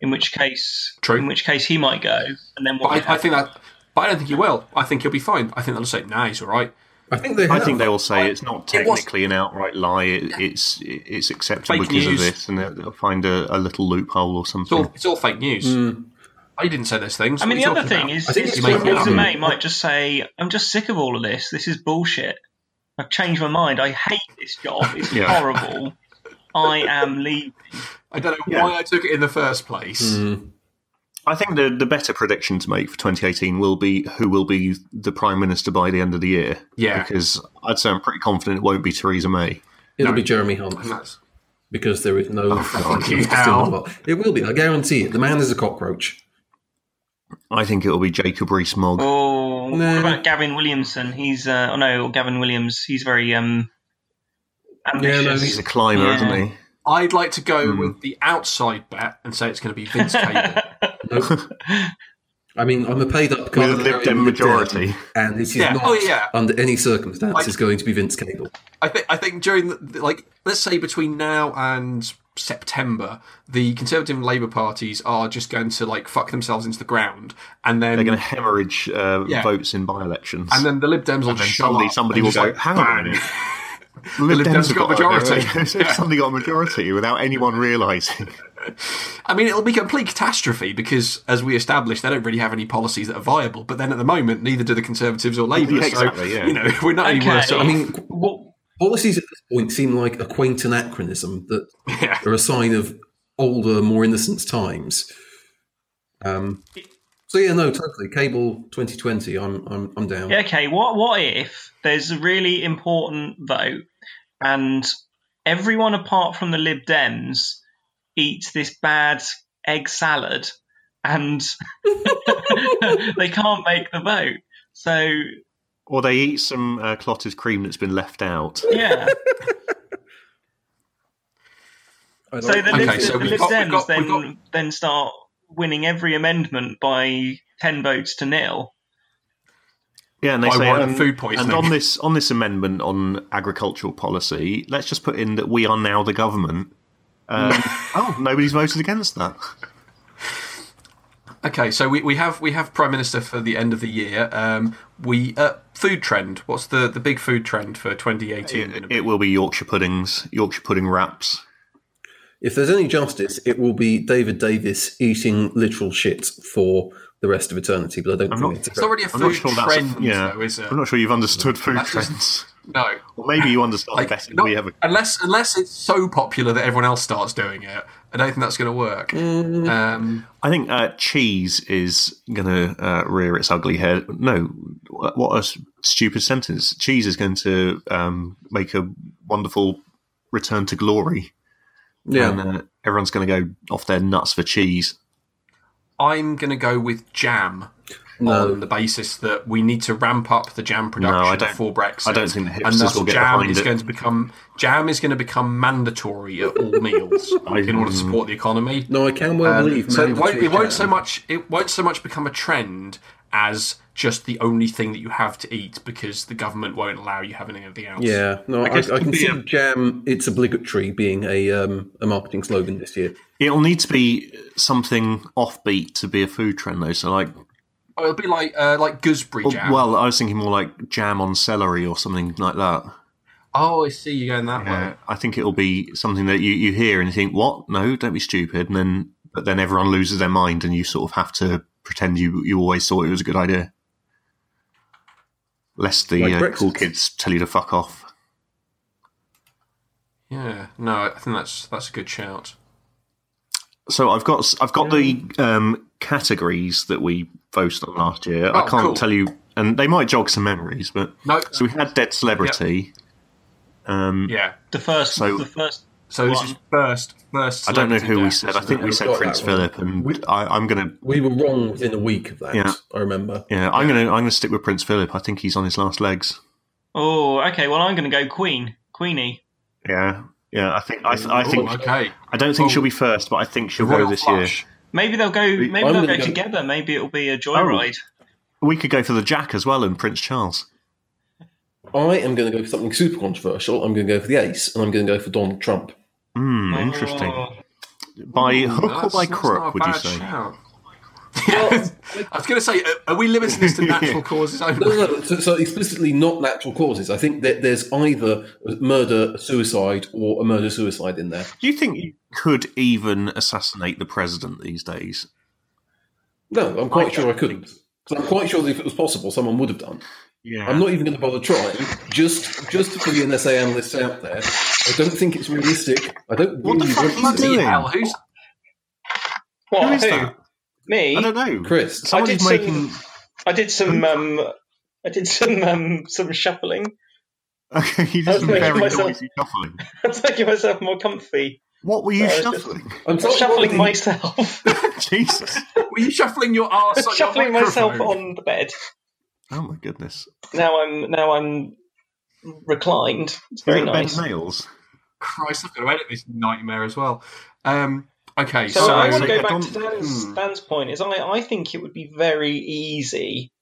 C: In which case,
B: True.
C: in which case he might go, and then what? would
B: But I, I
C: happen?
B: think that but I don't think he will. I think he'll be fine. I think they'll say, nah, he's all right.
D: I think they.
A: I
D: have.
A: think they will say it's not
B: It was-
A: technically an outright lie. It, it's it's acceptable
B: Fake
A: because
B: news.
A: of this, and they'll they'll find a, a little loophole or
B: It's all
A: something.
B: it's all fake news. I didn't say those things.
C: Hmm. I mean, the
B: What are you
C: other
B: talking about?
C: thing is,
D: I think
C: is
D: it's
B: making it
C: Theresa
B: up.
C: May might just say, "I'm just sick of all of this. This is bullshit. I've changed my mind. I hate this job. It's
A: Yeah.
C: horrible. I am leaving."
B: I don't know
A: Yeah.
B: why I took it in the first place.
C: Hmm.
D: Hmm.
A: I think the the better prediction to make for 2018 will be who will be the prime minister by the end of the year.
B: Yeah.
A: because I'd say I'm pretty confident it won't be Theresa May.
D: It'll
B: No.
D: be Jeremy
B: And
D: Hunt
B: that's
D: because there is no.
B: fucking
D: It's
B: hell.
D: still not- It will be. I guarantee it. The man is a cockroach.
A: I think it will be Jacob Rees-Mogg.
C: Oh,
D: No.
C: what about Gavin Williamson? He's uh, oh no, Gavin Williams. He's very um ambitious.
D: no,
A: He's a climber,
C: Yeah.
A: isn't he?
B: I'd like to go
C: Hmm.
B: with the outside bet and say it's going to be Vince Cable.
D: Nope. I mean, I'm a paid-up guy.
A: With a Lib Dem majority.
D: and this is
B: Yeah.
D: not
B: Oh, yeah.
D: under any circumstances going to be Vince Cable.
B: I think I think during the, like let's say between now and September, the Conservative and Labour parties are just going to like fuck themselves into the ground, and then
A: They're going to hemorrhage uh,
B: Yeah.
A: votes in by-elections.
B: and then the Lib Dems will
A: And then
B: show
A: suddenly
B: up
A: somebody
B: and
A: will
B: just,
A: go,
B: like,
A: hang on a
B: bang.
A: minute. Lib
B: Lib Dems got majority.
A: They've suddenly got a majority without anyone realising.
B: I mean, it'll be complete catastrophe because, as we established, they don't really have any policies that are viable. But then at the moment, neither do the Conservatives or Labour.
A: Yeah, exactly,
B: so
A: yeah.
B: you know we're not
C: Okay.
B: any worse off.
D: I mean,
C: What?
D: policies at this point seem like a quaint anachronism that
B: yeah.
D: are a sign of older, more innocent times. Um, so yeah, no, totally. Cable 2020. I'm I'm I'm down.
C: Okay, what what if there's a really important vote and everyone apart from the Lib Dems eats this bad egg salad and they can't make the vote. So
A: Or they eat some uh, clotted cream that's been left out.
C: yeah.
D: I
C: So the
D: like-
C: Lib,
B: Okay, so
C: the
B: we've
C: Lib
B: got- we've
C: Dems
B: got-
C: then
B: we've
C: then start winning every amendment by ten votes to nil.
A: Yeah, and they
B: I
A: say
B: want
A: and,
B: food poisoning.
A: And on this on this amendment on agricultural policy, let's just put in that we are now the government. Um, oh, nobody's voted against that.
B: Okay, so we, we have we have prime minister for the end of the year. Um, we uh, food trend. What's the, the big food trend for 2018?
A: It, it will be Yorkshire puddings, Yorkshire pudding wraps.
D: If there's any justice, it will be David Davis eating literal shit for the rest of eternity. But I don't
A: I'm
D: think
A: not-
D: it's.
B: it's not really a
A: I'm
B: food
A: not sure that's
B: trend,
A: a, yeah.
B: though, is it?
A: I'm not sure you've understood food
B: That's just-
A: trends,
B: no,
A: or maybe you understand
B: Like,
A: better than
B: not-
A: we ever.
B: unless unless it's so popular that everyone else starts doing it. I don't think that's going to work. Um,
A: I think uh, cheese is going to uh, rear its ugly head. No, wh- what a s- stupid sentence! Cheese is going to um, make a wonderful return to glory,
D: yeah,
A: and uh, everyone's going to go off their nuts for cheese.
B: I'm going to go with jam
D: No.
B: on the basis that we need to ramp up the jam production
A: No, I don't-
B: before Brexit.
A: I don't think the hipsters
B: and thus
A: will get
B: jam
A: behind
B: is
A: it.
B: going to become jam is going to become mandatory at all meals in order to support the economy.
D: no, I can well believe.
B: Um, so it
D: man
B: won't,
D: that you
B: it won't
D: can.
B: so much it won't so much become a trend as just the only thing that you have to eat because the government won't allow you having anything else.
D: Yeah, no, I, I,
A: guess it
D: can
A: could be
D: see
A: a-
D: jam. It's obligatory being a um, a marketing slogan this year.
A: It'll need to be something offbeat to be a food trend, though. So, like,
B: Oh, it'll be like uh, like gooseberry jam.
A: Oh, well, I was thinking more like jam on celery or something like that.
B: oh, I see you're going that
A: Uh,
B: way.
A: I think it'll be something that you, you hear and you think, "What? No, don't be stupid." And then, but then everyone loses their mind, and you sort of have to pretend you you always thought it was a good idea, lest the
D: Like
A: uh, cool
D: Brexit.
A: kids tell you to fuck off.
B: Yeah, no, I think that's that's a good shout.
A: So I've got I've got the um, categories that we voted on last year. I
B: Oh,
A: can't
B: cool.
A: tell you, and they might jog some memories, but
B: No,
A: so we had dead celebrity. Um,
B: yeah.
C: The first,
A: So-
C: the first.
B: So this
C: One.
B: is first, first.
A: I don't know who
B: celebrity
A: we
B: death,
A: said. I
B: isn't
A: think
B: it?
A: we said
D: got
A: Prince
D: that one.
A: Philip, and I, I'm going to
D: We were wrong within a week of that.
A: Yeah.
D: I remember.
A: Yeah, I'm gonna I'm gonna stick with Prince Philip. I think he's on his last legs.
C: Oh, okay. Well, I'm going to go Queen, Queenie.
A: Yeah, yeah. I think I, th- I
E: Oh,
B: Ooh,
A: think
B: Oh, okay.
A: I don't think
B: Oh.
A: she'll be first, but I think she'll
B: Royal
A: go this year.
B: Flush.
C: Maybe they'll go. Maybe
D: I'm
C: they'll
D: gonna
C: go,
D: go-
C: together. Maybe it'll be
B: Oh.
C: a joyride.
A: We could go for the Jack as well and Prince Charles.
D: I am going to go for something super controversial. I'm going to go for the ace, and I'm going to year, and I'm gonna go for Donald Trump.
A: Hmm, interesting.
C: Oh,
A: By hook or by
B: That's- that's not a
A: crook, would you
B: bad
A: say?
B: shout. Yes. I was going to say, are- are we limiting this to natural causes
D: No,
B: only?
D: no, no. So, so explicitly not natural causes. I think that there's either murder, suicide, or a murder suicide in there.
A: Do you think you could even assassinate the president these days?
D: No, I'm quite
A: I
D: sure I couldn't. 'Cause I'm quite sure that if it was possible, someone would have done.
A: Yeah,
E: Um,
D: I'm not even going to bother trying. Just, just for the NSA analysts out there, I don't think it's realistic. I don't
A: What the
D: really
A: fuck
D: want
A: are you
D: to.
A: doing?
B: Hell, who's
A: Who
E: What?
A: is that?
E: Me?
A: I
E: I,
A: don't know.
D: Chris,
E: did
A: Someone's
E: some-
A: making.
E: did some. Um, I did some um, some shuffling.
A: Okay, you
E: I
A: just
E: was making
A: very
E: myself-
A: noisy shuffling.
E: I was making myself more comfy.
A: What were you
E: I was just-
A: shuffling?
D: I'm sorry,
E: shuffling
D: what did-
E: myself.
A: Jesus!
B: were you shuffling your arse? on your
E: shuffling myself
B: microphone?
E: on the bed.
A: Oh my goodness!
E: Now I'm now I'm reclined. It's
A: Is
E: very
A: it
E: nice.
A: Ben Nails?
B: Christ, I've got to edit this nightmare as well. Um, okay,
E: So,
B: so,
E: I want
A: so
E: to go
A: I
E: back
A: don't-
E: to Dan's,
B: hmm.
E: Dan's point. Is I, I think it would be very easy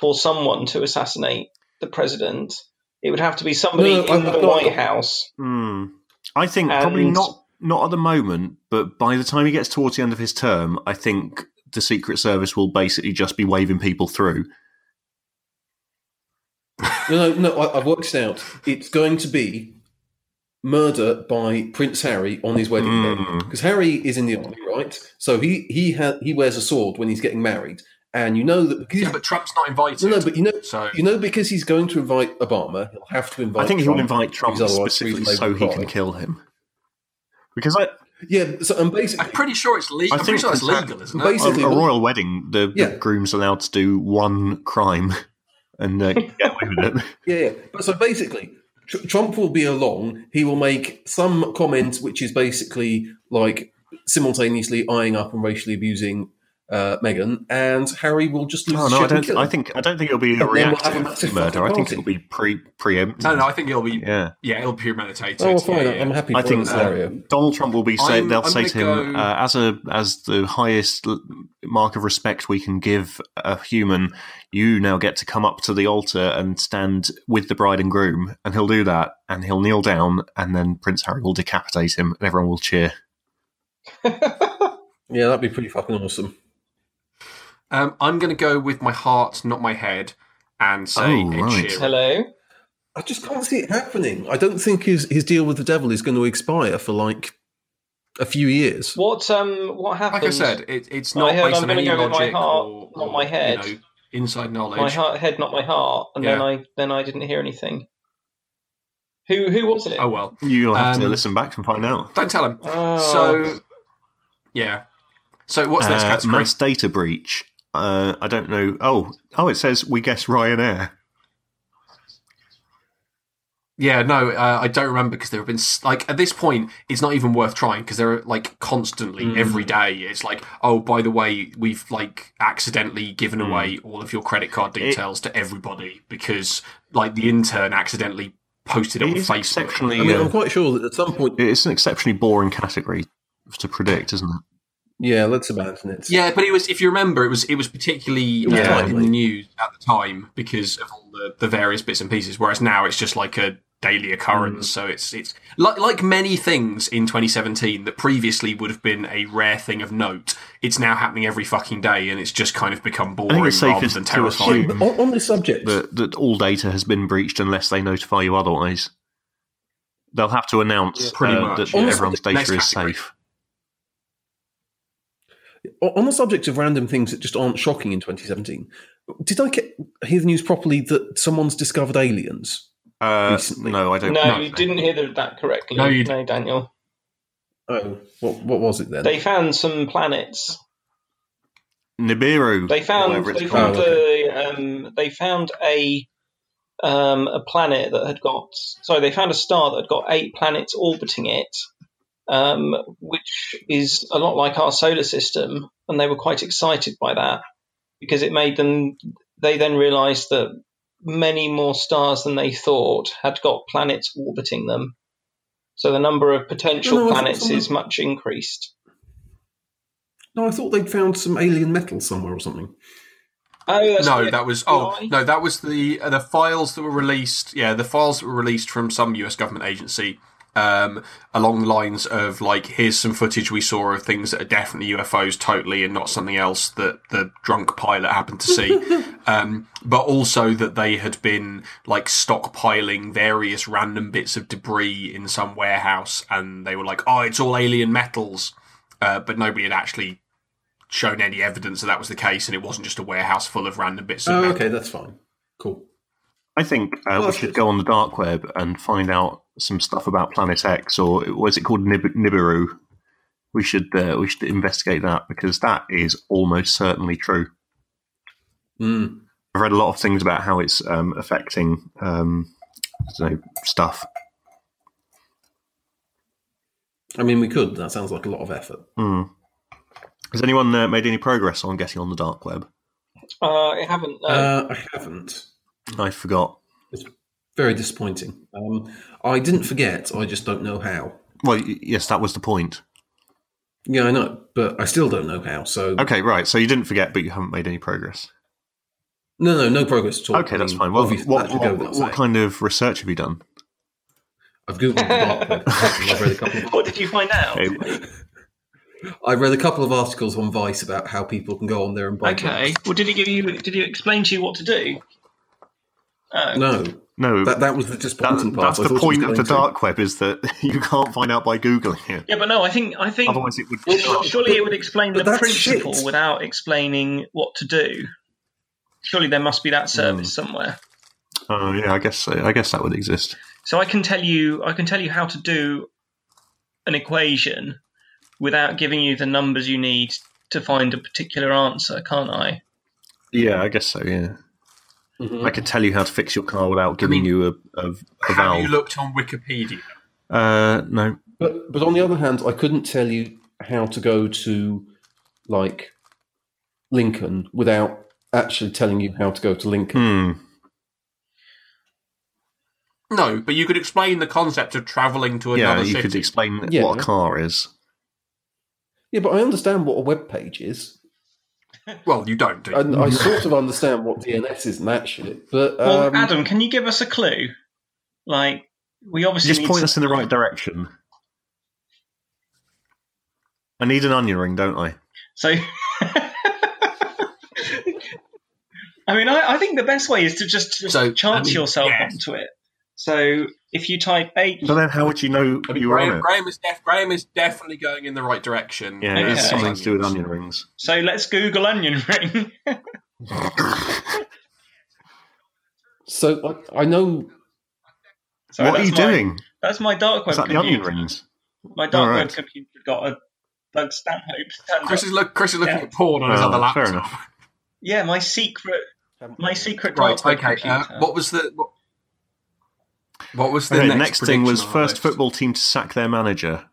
E: for someone to assassinate the president. It would have to be somebody
D: No, no,
E: in
D: I-
E: the
D: I thought-
E: White House.
A: Hmm. I think probably
E: And-
A: not not at the moment, but by the time he gets towards the end of his term, I think the Secret Service will basically just be waving people through.
D: No, no, no. I, I've worked it out. It's going to be murder by Prince Harry on his wedding day
A: Mm.
D: because Harry is in the army, right? So he he ha- he wears a sword when he's getting married, and you know that because
B: yeah, but Trump's not invited.
D: no, no, but you know.
B: so
D: You know, because he's going to invite Obama, he'll have to invite.
A: I think he will
D: Trump,
A: invite Trump
D: because otherwise
A: specifically
D: Theresa
A: so
D: May will
A: he
D: cry.
A: can kill him. Because I,
D: Yeah, so and
B: I'm
D: basically,
B: pretty sure it's legal.
A: I
B: I'm pretty
A: think
B: sure it's
A: it's-
B: legal, isn't it?
A: a,
D: basically,
A: a royal wedding, the,
D: Yeah.
A: the groom's allowed to do one crime and uh, get away with it.
D: Yeah, yeah. But so basically, tr- Trump will be along. He will make some comment, which is basically like simultaneously eyeing up and racially abusing uh, Megan, and Harry will just lose.
A: Oh, No, no,
D: his shit
A: I
D: and
A: don't.
D: kill
A: I
D: him.
A: think I don't think it'll be
D: And then
A: a
D: we'll have a
A: reactive
D: massive
A: murder. I
D: fucking
A: think it'll be pre preemptive.
B: No, no, I think it'll be yeah,
A: Yeah.
B: it'll be premeditated.
D: Oh, well, fine.
B: yeah, yeah.
D: I'm happy. For
A: I think
D: that
A: uh,
D: scenario.
A: Donald Trump will be say
B: I'm-
A: they'll
B: I'm
A: say
B: gonna
A: to him
B: go-
A: uh, as a as the highest l- mark of respect we can give a human. You now get to come up to the altar and stand with the bride and groom, and he'll do that, and he'll kneel down, and then Prince Harry will decapitate him, and everyone will cheer.
D: Yeah, that'd be pretty fucking awesome.
B: Um, I'm going to go with my heart, not my head, and say
F: Oh,
B: Ed
F: right.
B: Sheeran.
C: Hello.
D: I just can't see it happening. I don't think his his deal with the devil is going to expire for like a few years.
C: What um what happened?
B: Like I said, it, it's
C: I
B: not
C: heard
B: based
C: I'm
B: on
C: gonna
B: any
C: go with my
B: logic
C: heart,
B: or,
C: not
B: or,
C: my head.
B: You know, inside knowledge.
C: my heart, head, not my heart, and then
B: Yeah.
C: I then I didn't hear anything. Who who was it?
B: Oh well,
A: You'll have to
B: Um,
A: listen back and find out.
B: don't tell him.
C: Oh.
B: So, yeah. So what's next
A: Uh,
B: category?
A: mass data breach. Uh, I don't know. Oh, oh, it says we guess Ryanair.
B: Yeah, no, uh, I don't remember because there have been s- like at this point, it's not even worth trying because there are like constantly every day. It's like, oh, by the way, we've like accidentally given away all of your credit card details to everybody because like the intern accidentally posted it,
A: It
B: on
A: is
B: Facebook.
A: exceptionally.
D: I mean,
A: uh,
D: I'm quite sure that at some point,
A: it's an exceptionally boring category to predict, isn't it?
D: yeah, let's abandon it.
B: Yeah, but it was if you remember, it was it was particularly
D: was
B: uh, in
D: timely.
B: the news at the time because of all the, the various bits and pieces. Whereas now it's just like a daily
A: Mm.
B: occurrence. So it's it's like like many things in 2017 that previously would have been a rare thing of note. It's now happening every fucking day, and it's just kind of become boring
A: it's
B: rather
A: safest
B: than
A: to
B: terrifying.
A: assume-
D: But on, on this subject,
A: That that all data has been breached unless they notify you otherwise. They'll have to announce
B: Pretty
A: uh,
B: much,
A: that
B: yeah.
A: everyone's data
B: Next
A: is
B: category.
A: safe.
D: on on the subject of random things that just aren't shocking in 2017, did I get, hear the news properly that someone's discovered aliens?
A: Uh,
D: Recently.
A: no, I
C: no,
A: don't. know.
C: you didn't hear the, that correctly.
B: No, you
C: no, Daniel.
D: Oh, what what was it then?
C: They found some planets.
A: Nibiru.
C: They found
A: whatever it's
C: they
A: called.
C: found uh, a um, they found a um, a planet that had got sorry they found a star that had got eight planets orbiting it, um, which is a lot like our solar system, and they were quite excited by that because it made them. They then realised that many more stars than they thought had got planets orbiting them, so the number of potential
D: No, no, I thought
C: planets
D: someone-
C: is much increased.
D: No, I thought they'd found some alien metal somewhere or something.
C: Oh, that's
B: no,
C: the
B: that was oh
C: FBI.
B: no, that was the uh, the files that were released. Yeah, the files that were released from some U.S. government agency um, along the lines of like, here's some footage we saw of things that are definitely UFOs, totally, and not something else that the drunk pilot happened to see. um, but also that they had been like stockpiling various random bits of debris in some warehouse, and they were like, oh, it's all alien metals, uh, but nobody had actually. Shown any evidence that that was the case, and it wasn't just a warehouse full of random bits of
D: Oh,
B: metal.
D: okay, that's fine. Cool.
A: I think uh,
D: Oh,
A: we
D: that's
A: should
D: good.
A: go on the dark web and find out some stuff about Planet X, or was it called Nib- Nibiru? We should uh, we should investigate that because that is almost certainly true.
D: Mm.
A: I've read a lot of things about how it's um, affecting um, I don't know stuff.
D: I mean, we could. That sounds like a lot of effort.
A: Hmm. Has anyone uh, made any progress on getting on the dark web?
C: Uh, I haven't. No.
D: Uh, I haven't.
A: I forgot.
D: Very disappointing. Um, I didn't forget. I just don't know how.
A: Well, y- yes, that was the point.
D: Yeah, I know, but I still don't know how. So
A: Okay, right. So you didn't forget, but you haven't made any progress.
D: no, no, no progress at all.
A: Okay,
D: I
A: that's
D: mean,
A: fine. Well,
D: obviously,
A: what,
D: that should go
A: what,
D: without
A: what,
D: saying.
A: kind of research have you done?
D: I've googled the dark web. and I've read a couple. Of,
C: what did you find out?
D: I read a couple of articles on Vice about how people can go on there and buy.
C: Okay. Well, did he give you? Did he explain to you what to do? Oh.
D: No,
A: No,
D: that that was the
A: That-
D: disappointing part.
A: that's
D: I
A: the
D: thought it was
A: point of
D: going
A: the
D: to-
A: dark web is that you can't find out by googling it.
C: Yeah, but no. I think I think
A: Otherwise, it would.
C: well, su- surely it would explain
D: but
C: the
D: that's
C: principle
D: shit.
C: without explaining what to do. Surely there must be
A: Hmm.
C: that service somewhere.
A: Oh yeah, I guess so. I guess that would exist.
C: So I can tell you, I can tell you how to do an equation without giving you the numbers you need to find a particular answer, can't I?
A: Yeah, I guess so. Yeah,
D: Mhm.
A: I could tell you how to fix your car without giving
B: mean,
A: you a, a, a
B: Have you
A: valve.
B: looked on Wikipedia?
A: uh, no,
D: But but on the other hand, I couldn't tell you how to go to like Lincoln without actually telling you how to go to Lincoln.
A: hmm.
B: No, but you could explain the concept of travelling to
A: yeah,
B: another
A: you
B: city.
A: could explain
D: Yeah.
A: what a car is.
C: Hmm.
D: Yeah, but I understand what a web page is,
B: well, you don't. Do you?
D: and I sort of understand what DNS is and that shit. But
C: Well,
D: um,
C: Adam, can you give us a clue? Like we obviously
A: Just
C: need
A: point
C: to-
A: us in the right direction. I need an onion ring, don't I?
C: So I mean, I, I think the best way is to just, just
B: So, I
C: chance
B: mean,
C: yourself
B: yes.
C: onto it. So if you type eight,
A: But then how would you know
B: I mean,
A: you were on
B: Graham,
A: it?
B: Graham is def- Graham is definitely going in the right direction.
A: Yeah,
C: Okay.
A: it's something to do with onion rings.
C: so let's Google onion ring.
D: So I, I know
C: Sorry,
A: what are
C: that's
A: you
C: my-
A: doing?
C: That's my dark web
A: Is that the
C: computer.
A: onion rings?
C: My dark
A: All
C: web
A: right.
C: computer got a Doug Stanhope. stand-up.
B: Chris is look. Chris is looking
C: Yeah.
B: at porn on his
A: Oh,
B: other laptop.
A: fair enough.
C: yeah, my secret, my secret
B: Right.
C: dark web
B: Okay. Uh,
C: computer.
B: what was the what, what was the
A: Okay,
B: next,
A: next thing
B: prediction
A: was
B: on our
A: first
B: list?
A: football team to sack their manager.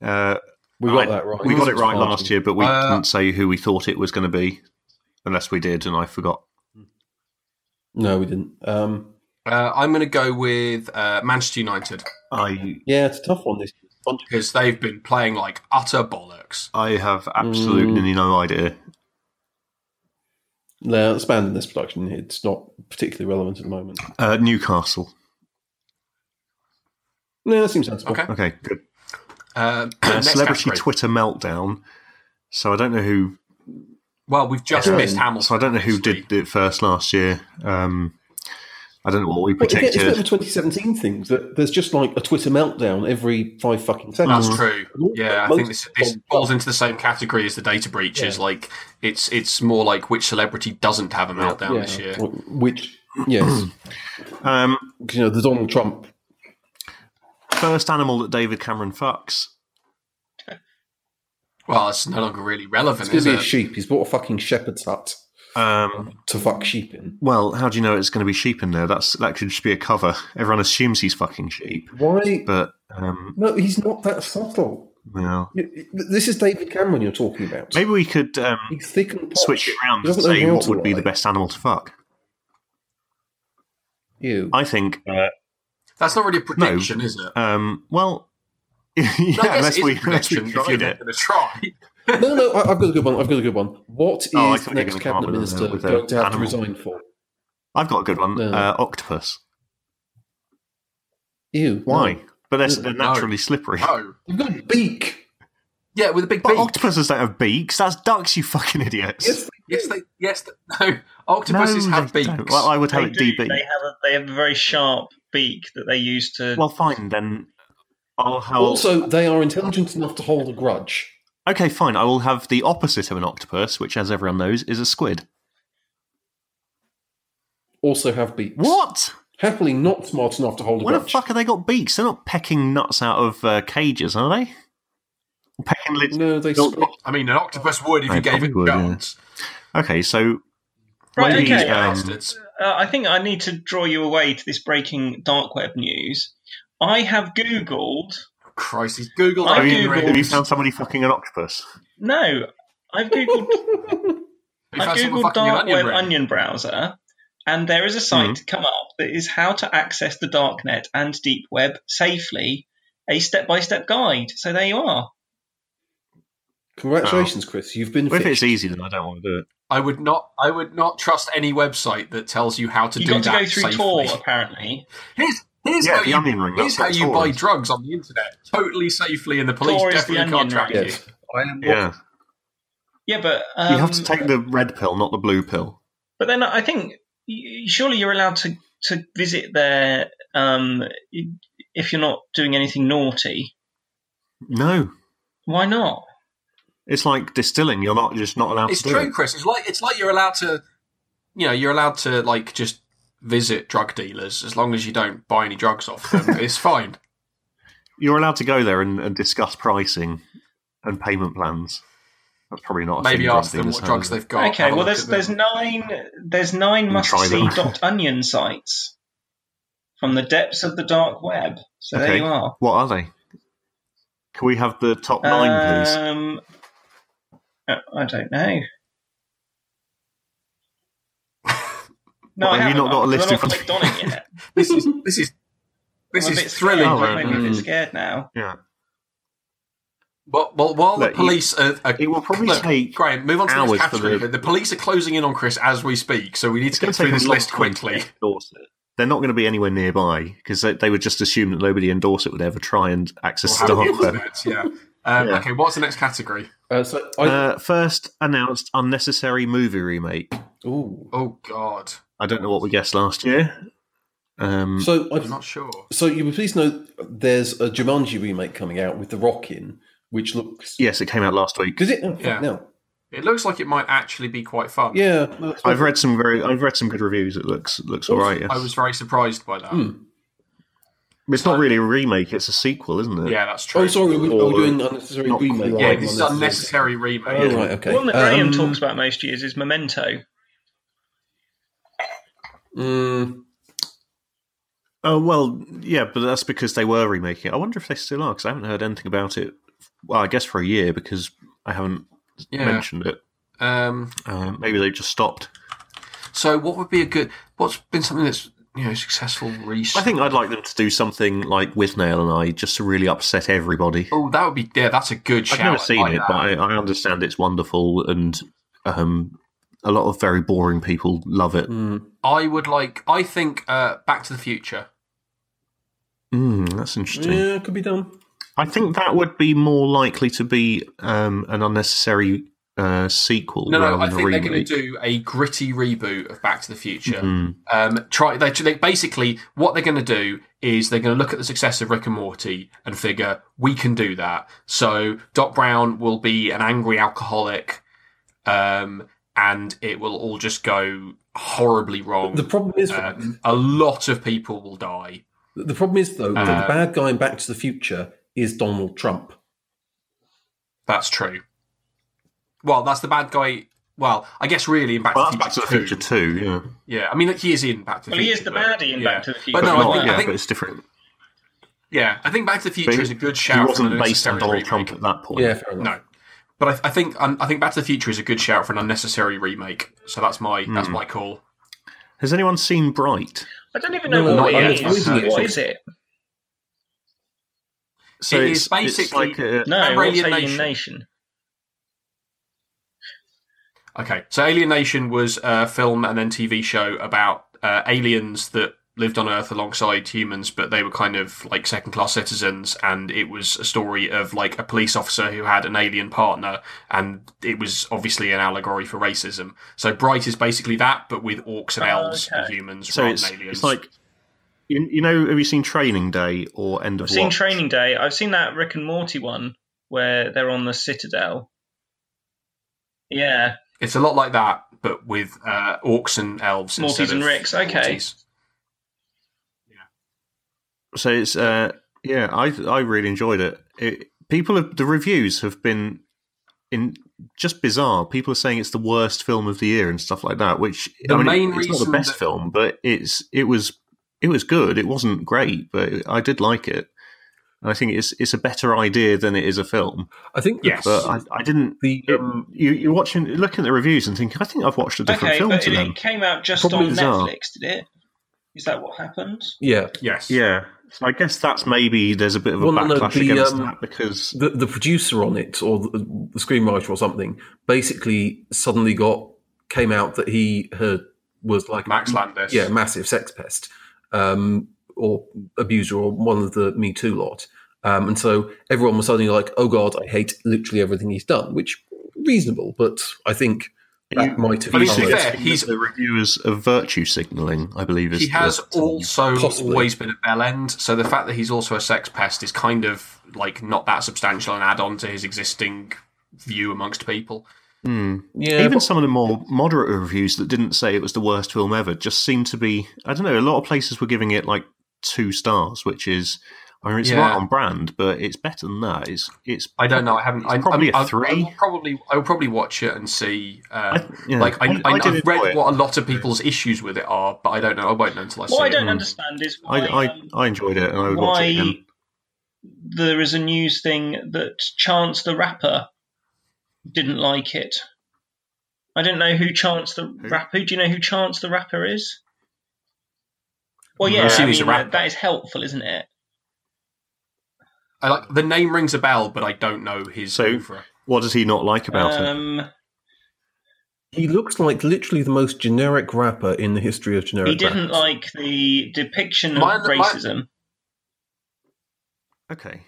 A: Uh,
D: we got
A: I-
D: that right.
A: we got it right last year, but we
B: Uh,
A: didn't say who we thought it was going to be, unless we did, and I forgot.
D: No, we didn't. Um,
B: Uh, I'm going to go with uh, Manchester United
A: I
D: yeah, it's a tough one. This year.
B: because they've been playing like utter bollocks.
A: I have absolutely
D: Hmm.
A: no idea.
D: Now, expanding this production, it's not particularly relevant at the moment.
A: Uh, Newcastle.
D: No, that seems sensible.
B: Okay.
A: Okay, good.
B: Uh,
A: Uh,
B: next
A: celebrity
B: category.
A: Twitter meltdown. So I don't know who.
B: Well, we've just
D: Yeah.
B: missed Hamilton.
A: So I don't know who
B: obviously.
A: did it first last year. Um, I don't know what we
D: But again, it's a bit of
A: predicted.
D: a 2017 thing that there's just like a Twitter meltdown every five fucking seconds.
B: That's true. Yeah, I think this, this falls into the same category as the data breaches. Like it's it's more like which celebrity doesn't have a meltdown this year.
D: Which, yes,
A: Um,
D: 'Cause, you know, the Donald Trump.
A: first animal that David Cameron fucks.
B: Well, it's no longer really relevant,
D: It's
B: is
D: going to be a
B: it?
D: sheep. He's bought a fucking shepherd's hut
A: Um,
D: to fuck sheep in.
A: well, how do you know it's going to be sheep in there? That's that could just be a cover. Everyone assumes he's fucking sheep,
D: Why?
A: but um,
D: No, he's not that subtle.
A: well,
D: You- you- This is David Cameron you're talking about.
A: maybe we could um,
D: He's thick and posh.
A: switch it around
D: He
A: and
D: doesn't know
A: say
D: how
A: what
D: to
A: would be
D: lie.
A: the best animal to fuck.
D: You.
A: I think.
B: That's not really a prediction, is it?
A: Um, well, yeah,
B: No, I
A: unless
B: guess it is
A: we
B: a
A: unless we
B: prediction, but I'm
A: tried it.
B: going to try.
D: no, no, I- I've got a good one. I've got a good one. What is
A: Oh, I
D: the
A: thought you were
D: next
A: gonna come up
D: cabinet
A: with a-
D: minister
A: with a
D: going to have
A: animal.
D: to resign for?
A: I've got a good one.
D: No.
A: Uh, octopus.
D: Ew.
A: Why?
D: no.
A: But they're,
D: No.
A: they're naturally slippery.
B: No.
C: Oh,
D: You've got a beak.
B: Yeah, with a big
A: But
B: beak.
A: octopuses don't have beaks. That's ducks, you fucking idiots.
D: Yes.
B: yes, they. Yes, they, no. Octopuses
A: No,
B: have
A: they
B: beaks.
A: don't. Well, I would have
C: they,
A: it
C: do,
A: DB.
C: they have a they have a very sharp beak that they use to.
A: Well, fine then. I'll have.
D: Also, they are intelligent enough to hold a grudge.
A: okay, fine. I will have the opposite of an octopus, which, as everyone knows, is a squid.
D: Also have beaks.
A: What?
D: Happily not smart enough to hold a
A: Where the
D: grudge.
A: fuck have they got beaks? They're not pecking nuts out of uh, cages, are they? Pecking lids.
D: No, they
A: No.
D: split.
B: I mean, an octopus would if
A: They
B: you gave
A: probably
B: it a
A: would, yeah.
B: chance.
A: Okay, so
C: right,
A: maybe,
C: okay.
A: um,
B: Bastards.
C: Uh, I think I need to draw you away to this breaking dark web news. I have Googled.
B: Christ, he's googled.
C: I
A: have
B: onion
A: you,
C: Googled-
A: have you
B: rings.
A: found somebody fucking an octopus?
C: No, I've Googled.
B: He
C: I
B: found someone
C: googled
B: fucking an
C: dark web
B: ring.
C: onion browser, and there is a site to come up that is how to access the darknet and deep web safely. A step-by-step guide. So there you are.
D: Congratulations, Chris. You've been
A: Well, Oh. if it's
D: fished.
A: easy, then I don't want to do it.
B: I would not. I would not trust any website that tells you how to
C: you
B: do
C: got to
B: that
C: go through
B: safely.
C: Tor apparently.
B: Here's, here's
A: Yeah,
B: how
A: the
B: you,
A: onion ring,
B: Here's
A: that's
B: how
A: what
B: you
A: Tor
B: buy
A: is.
B: drugs on the internet totally safely, and the police
C: Tor is the
B: definitely
C: onion
B: can't track
C: ring.
B: you.
D: Yes. I am.
A: Yeah,
C: Yeah, but um,
A: you have to take the red pill, not the blue pill.
C: But then I think y- surely you're allowed to to visit there um, if you're not doing anything naughty.
A: No,
C: Why not?
A: It's like distilling. You're not just not allowed
B: It's
A: to
B: true,
A: do it.
B: Chris. It's like it's like you're allowed to, you know, you're allowed to like just visit drug dealers as long as you don't buy any drugs off them. it's fine.
A: You're allowed to go there and, and discuss pricing and payment plans. That's probably not. A
B: Maybe
A: thing drug
B: ask them
A: dealers
B: what drugs
A: have.
B: they've got.
C: okay,
B: have a
C: well
B: look
C: there's
B: at them.
C: there's nine there's nine
A: And
C: must
A: try
C: see
A: them.
C: dot onion sites from the depths of the dark web. So there
A: Okay.
C: you are.
A: What are they? Can we have the top nine, please?
C: Um, uh, I don't know. No,
A: What,
C: I
A: have you not
C: haven't.
A: got a
C: I've
A: list in
C: not
A: front of
C: clicked on it yet.
B: This is this is this
C: I'm a bit
B: is
C: scared.
B: thrilling.
A: Oh,
C: That
A: right,
C: made me a bit
D: right.
C: scared now.
A: Yeah.
B: Well, well while
A: Look,
B: the
A: you-
B: police are, are
A: It will probably
B: look,
A: take.
B: Graham, move on to the next
A: hours for
B: category.
A: the-
B: The police are closing in on Chris as we speak, so we need
A: It's
B: to
A: going
B: get
A: to take
B: through
A: them
B: this
A: a long
B: list
A: time to
B: quickly.
A: endorse it. They're not going to be anywhere nearby because they, they would just assume that nobody endorse it would ever try and access
B: Or
A: the
B: have
A: dark
B: the
A: web.
B: internet, yeah. Um,
A: Yeah.
B: Okay, what's the next category?
D: Uh, so I,
A: Uh, first announced unnecessary movie remake.
D: ooh.
B: Oh God,
A: I don't know what we guessed last year. Um,
D: So
B: I'm
D: I've,
B: not sure.
D: so you will please know there's a Jumanji remake coming out with The Rock in, which looks.
A: yes, it came out last week.
D: Does it? Oh,
B: Yeah.
D: yeah. No.
B: It looks like it might actually be quite fun.
D: Yeah. no, it's
A: I've read some very, I've read some good reviews. It looks it looks all right. Yes.
B: I was very surprised by that.
D: Hmm.
A: it's not really a remake; it's a sequel, isn't it?
B: Yeah, that's true.
D: Oh, sorry. Are we, are we doing unnecessary
A: Not
D: remake?
A: quite.
B: Yeah,
A: Right,
B: this is unnecessary remake.
D: Oh, right. Okay.
C: The one that Graham
D: Um,
C: talks about most years is Memento.
D: mm,
A: Oh well, yeah, but that's because they were remaking it. I wonder if they still are because I haven't heard anything about it. Well, I guess for a year because I haven't
B: Yeah.
A: mentioned it.
B: Um,
A: Um, maybe they just stopped.
B: so, what would be a good? What's been something that's you know successful
A: I
B: recently?
A: think I'd like them to do something like with Nail and I, just to really upset everybody.
B: Oh, that would be yeah. That's a good shout.
A: I've never
B: I
A: seen
B: like
A: it,
B: that.
A: but I, I understand it's wonderful, and um, a lot of very boring people love it.
D: mm.
B: I would like. I think uh, Back to the Future.
A: Mm, that's interesting.
D: Yeah, could be done.
A: I think that would be more likely to be um, an unnecessary uh, sequel
B: No,
A: rather
B: no, I
A: than
B: think
A: a
B: they're going
A: remake.
B: to do a gritty reboot of Back to the Future.
A: Mm.
B: Um, try they, they basically what they're going to do is they're going to look at the success of Rick and Morty and figure we can do that. So Doc Brown will be an angry alcoholic, um, and it will all just go horribly wrong.
D: The problem is,
B: um, a lot of people will die.
D: the problem is though, that
B: Uh,
D: the bad guy in Back to the Future is Donald Trump.
B: That's true. Well, that's the bad guy. Well, I guess really in Back,
A: Well,
B: to,
A: that's
B: the
A: Back to the
B: Future
A: Future
B: 2.
A: too, yeah.
B: Yeah, I mean he is in Back to the
C: Well, he
B: Future.
C: is the
B: but-
C: baddie in
B: yeah.
C: Back to the Future.
B: But
A: But
B: no,
A: not,
B: I think,
A: yeah,
B: I think
A: but it's different.
B: Yeah, I think Back to the Future
A: But
B: is a good
A: He
B: shout. for
A: wasn't
B: an
A: based on
B: unnecessary
A: Donald
B: remake.
A: Trump at that point.
D: Yeah, fair enough.
B: No, but I, I think um, I think Back to the Future is a good shout for an unnecessary remake. So that's my that's
A: Hmm.
B: my call.
A: Has anyone seen Bright?
C: I don't even
D: No,
C: know
B: no,
C: what
B: I
C: it
B: don't
C: is.
B: think it
C: What
D: is.
C: is it?
A: So
B: It
A: it's,
B: is
A: it's
B: basically-
A: like a,
C: No, what's
B: Alien
C: Alien
B: Nation.
C: Nation.
B: Okay, so Alien Nation was a film and then TV show about uh, aliens that lived on Earth alongside humans, but they were kind of like second class citizens, and it was a story of like a police officer who had an alien partner, and it was obviously an allegory for racism. So Bright is basically that, but with orcs and
C: Oh,
B: elves and
C: okay.
B: humans
A: so
B: rather
A: it's,
B: than aliens.
A: it's like you, you know. Have you seen Training Day or End of
C: I've seen
A: Watch?
C: Training Day. I've seen that Rick and Morty one where they're on the Citadel. Yeah,
B: It's a lot like that, but with uh, orcs and elves.
C: Mortys
B: instead
C: and
B: of
C: Ricks, okay.
B: Mortys.
A: So it's uh, yeah. I I really enjoyed it. it people have, the reviews have been in just bizarre. People are saying it's the worst film of the year and stuff like that. Which
B: The
A: I mean,
B: main
A: it's not
B: reason
A: the best
B: that-
A: film, but it's it was it was good. It wasn't great, but I did like it. And I think it's it's a better idea than it is a film.
D: I think
B: Yes. Um,
A: But I, I didn't.
D: the
A: It, you, you're watching, looking at the reviews and thinking, I think I've watched a different
C: okay,
A: film
C: but
A: to
C: it,
A: them.
C: it came out just
A: Probably
C: on
A: bizarre.
C: Netflix, did it? Is that what happened?
D: yeah
B: Yes.
A: Yeah. So I guess that's maybe there's a bit of a
D: Well, no, no,
A: backlash
D: the,
A: against
D: um,
A: that because
D: the, the producer on it or the, the screenwriter or something basically suddenly got came out that he had was like
B: Max Landis.
D: yeah massive sex pest um, or abuser or one of the Me Too lot, um, and so everyone was suddenly like, oh god, I hate literally everything he's done, which reasonable, but I think that
A: You-
D: might have
B: I mean,
D: been
B: to be
D: biased.
B: fair, he's
A: the reviewers of virtue signalling, I believe, is
B: he has
A: the-
B: also
D: Possibly.
B: always been a bell end. So the fact that he's also a sex pest is kind of like not that substantial an add on to his existing view amongst people.
A: Hmm.
D: yeah,
A: Even
D: but-
A: some of the more moderate reviews that didn't say it was the worst film ever just seemed to be. I don't know. A lot of places were giving it like two stars, which is. I mean, it's
B: Yeah.
A: right on brand, but it's better than that. It's it's.
B: I don't know. I haven't.
A: It's
B: I,
A: probably
B: I,
A: a
B: I- I
A: three.
B: will probably. I will probably watch it and see. Uh,
A: I- yeah.
B: Like I, I, I,
A: did
B: have
A: enjoy
B: read
A: it.
B: what a lot of people's issues with it are, but I don't know. I won't know until I see
C: What I don't
A: Hmm.
B: it.
C: understand is why,
A: I, I,
C: um,
A: I enjoyed it, and I would watch it
C: why
A: again.
C: there is a news thing that Chance the Rapper didn't like it. I don't know who Chance the Rapper. Do you know who Chance the Rapper is? Well,
B: No.
C: yeah,
B: I assume
C: I
B: he's a
C: mean, uh,
B: rapper.
C: that is helpful, isn't it?
B: I like the name rings a bell, but I don't know his.
A: So-
B: oeuvre.
A: What does he not like about it?
C: Um,
D: he looks like literally the most generic rapper in the history of generic.
C: he didn't
D: rappers.
C: like the depiction of
B: My- my-
C: racism.
A: Okay.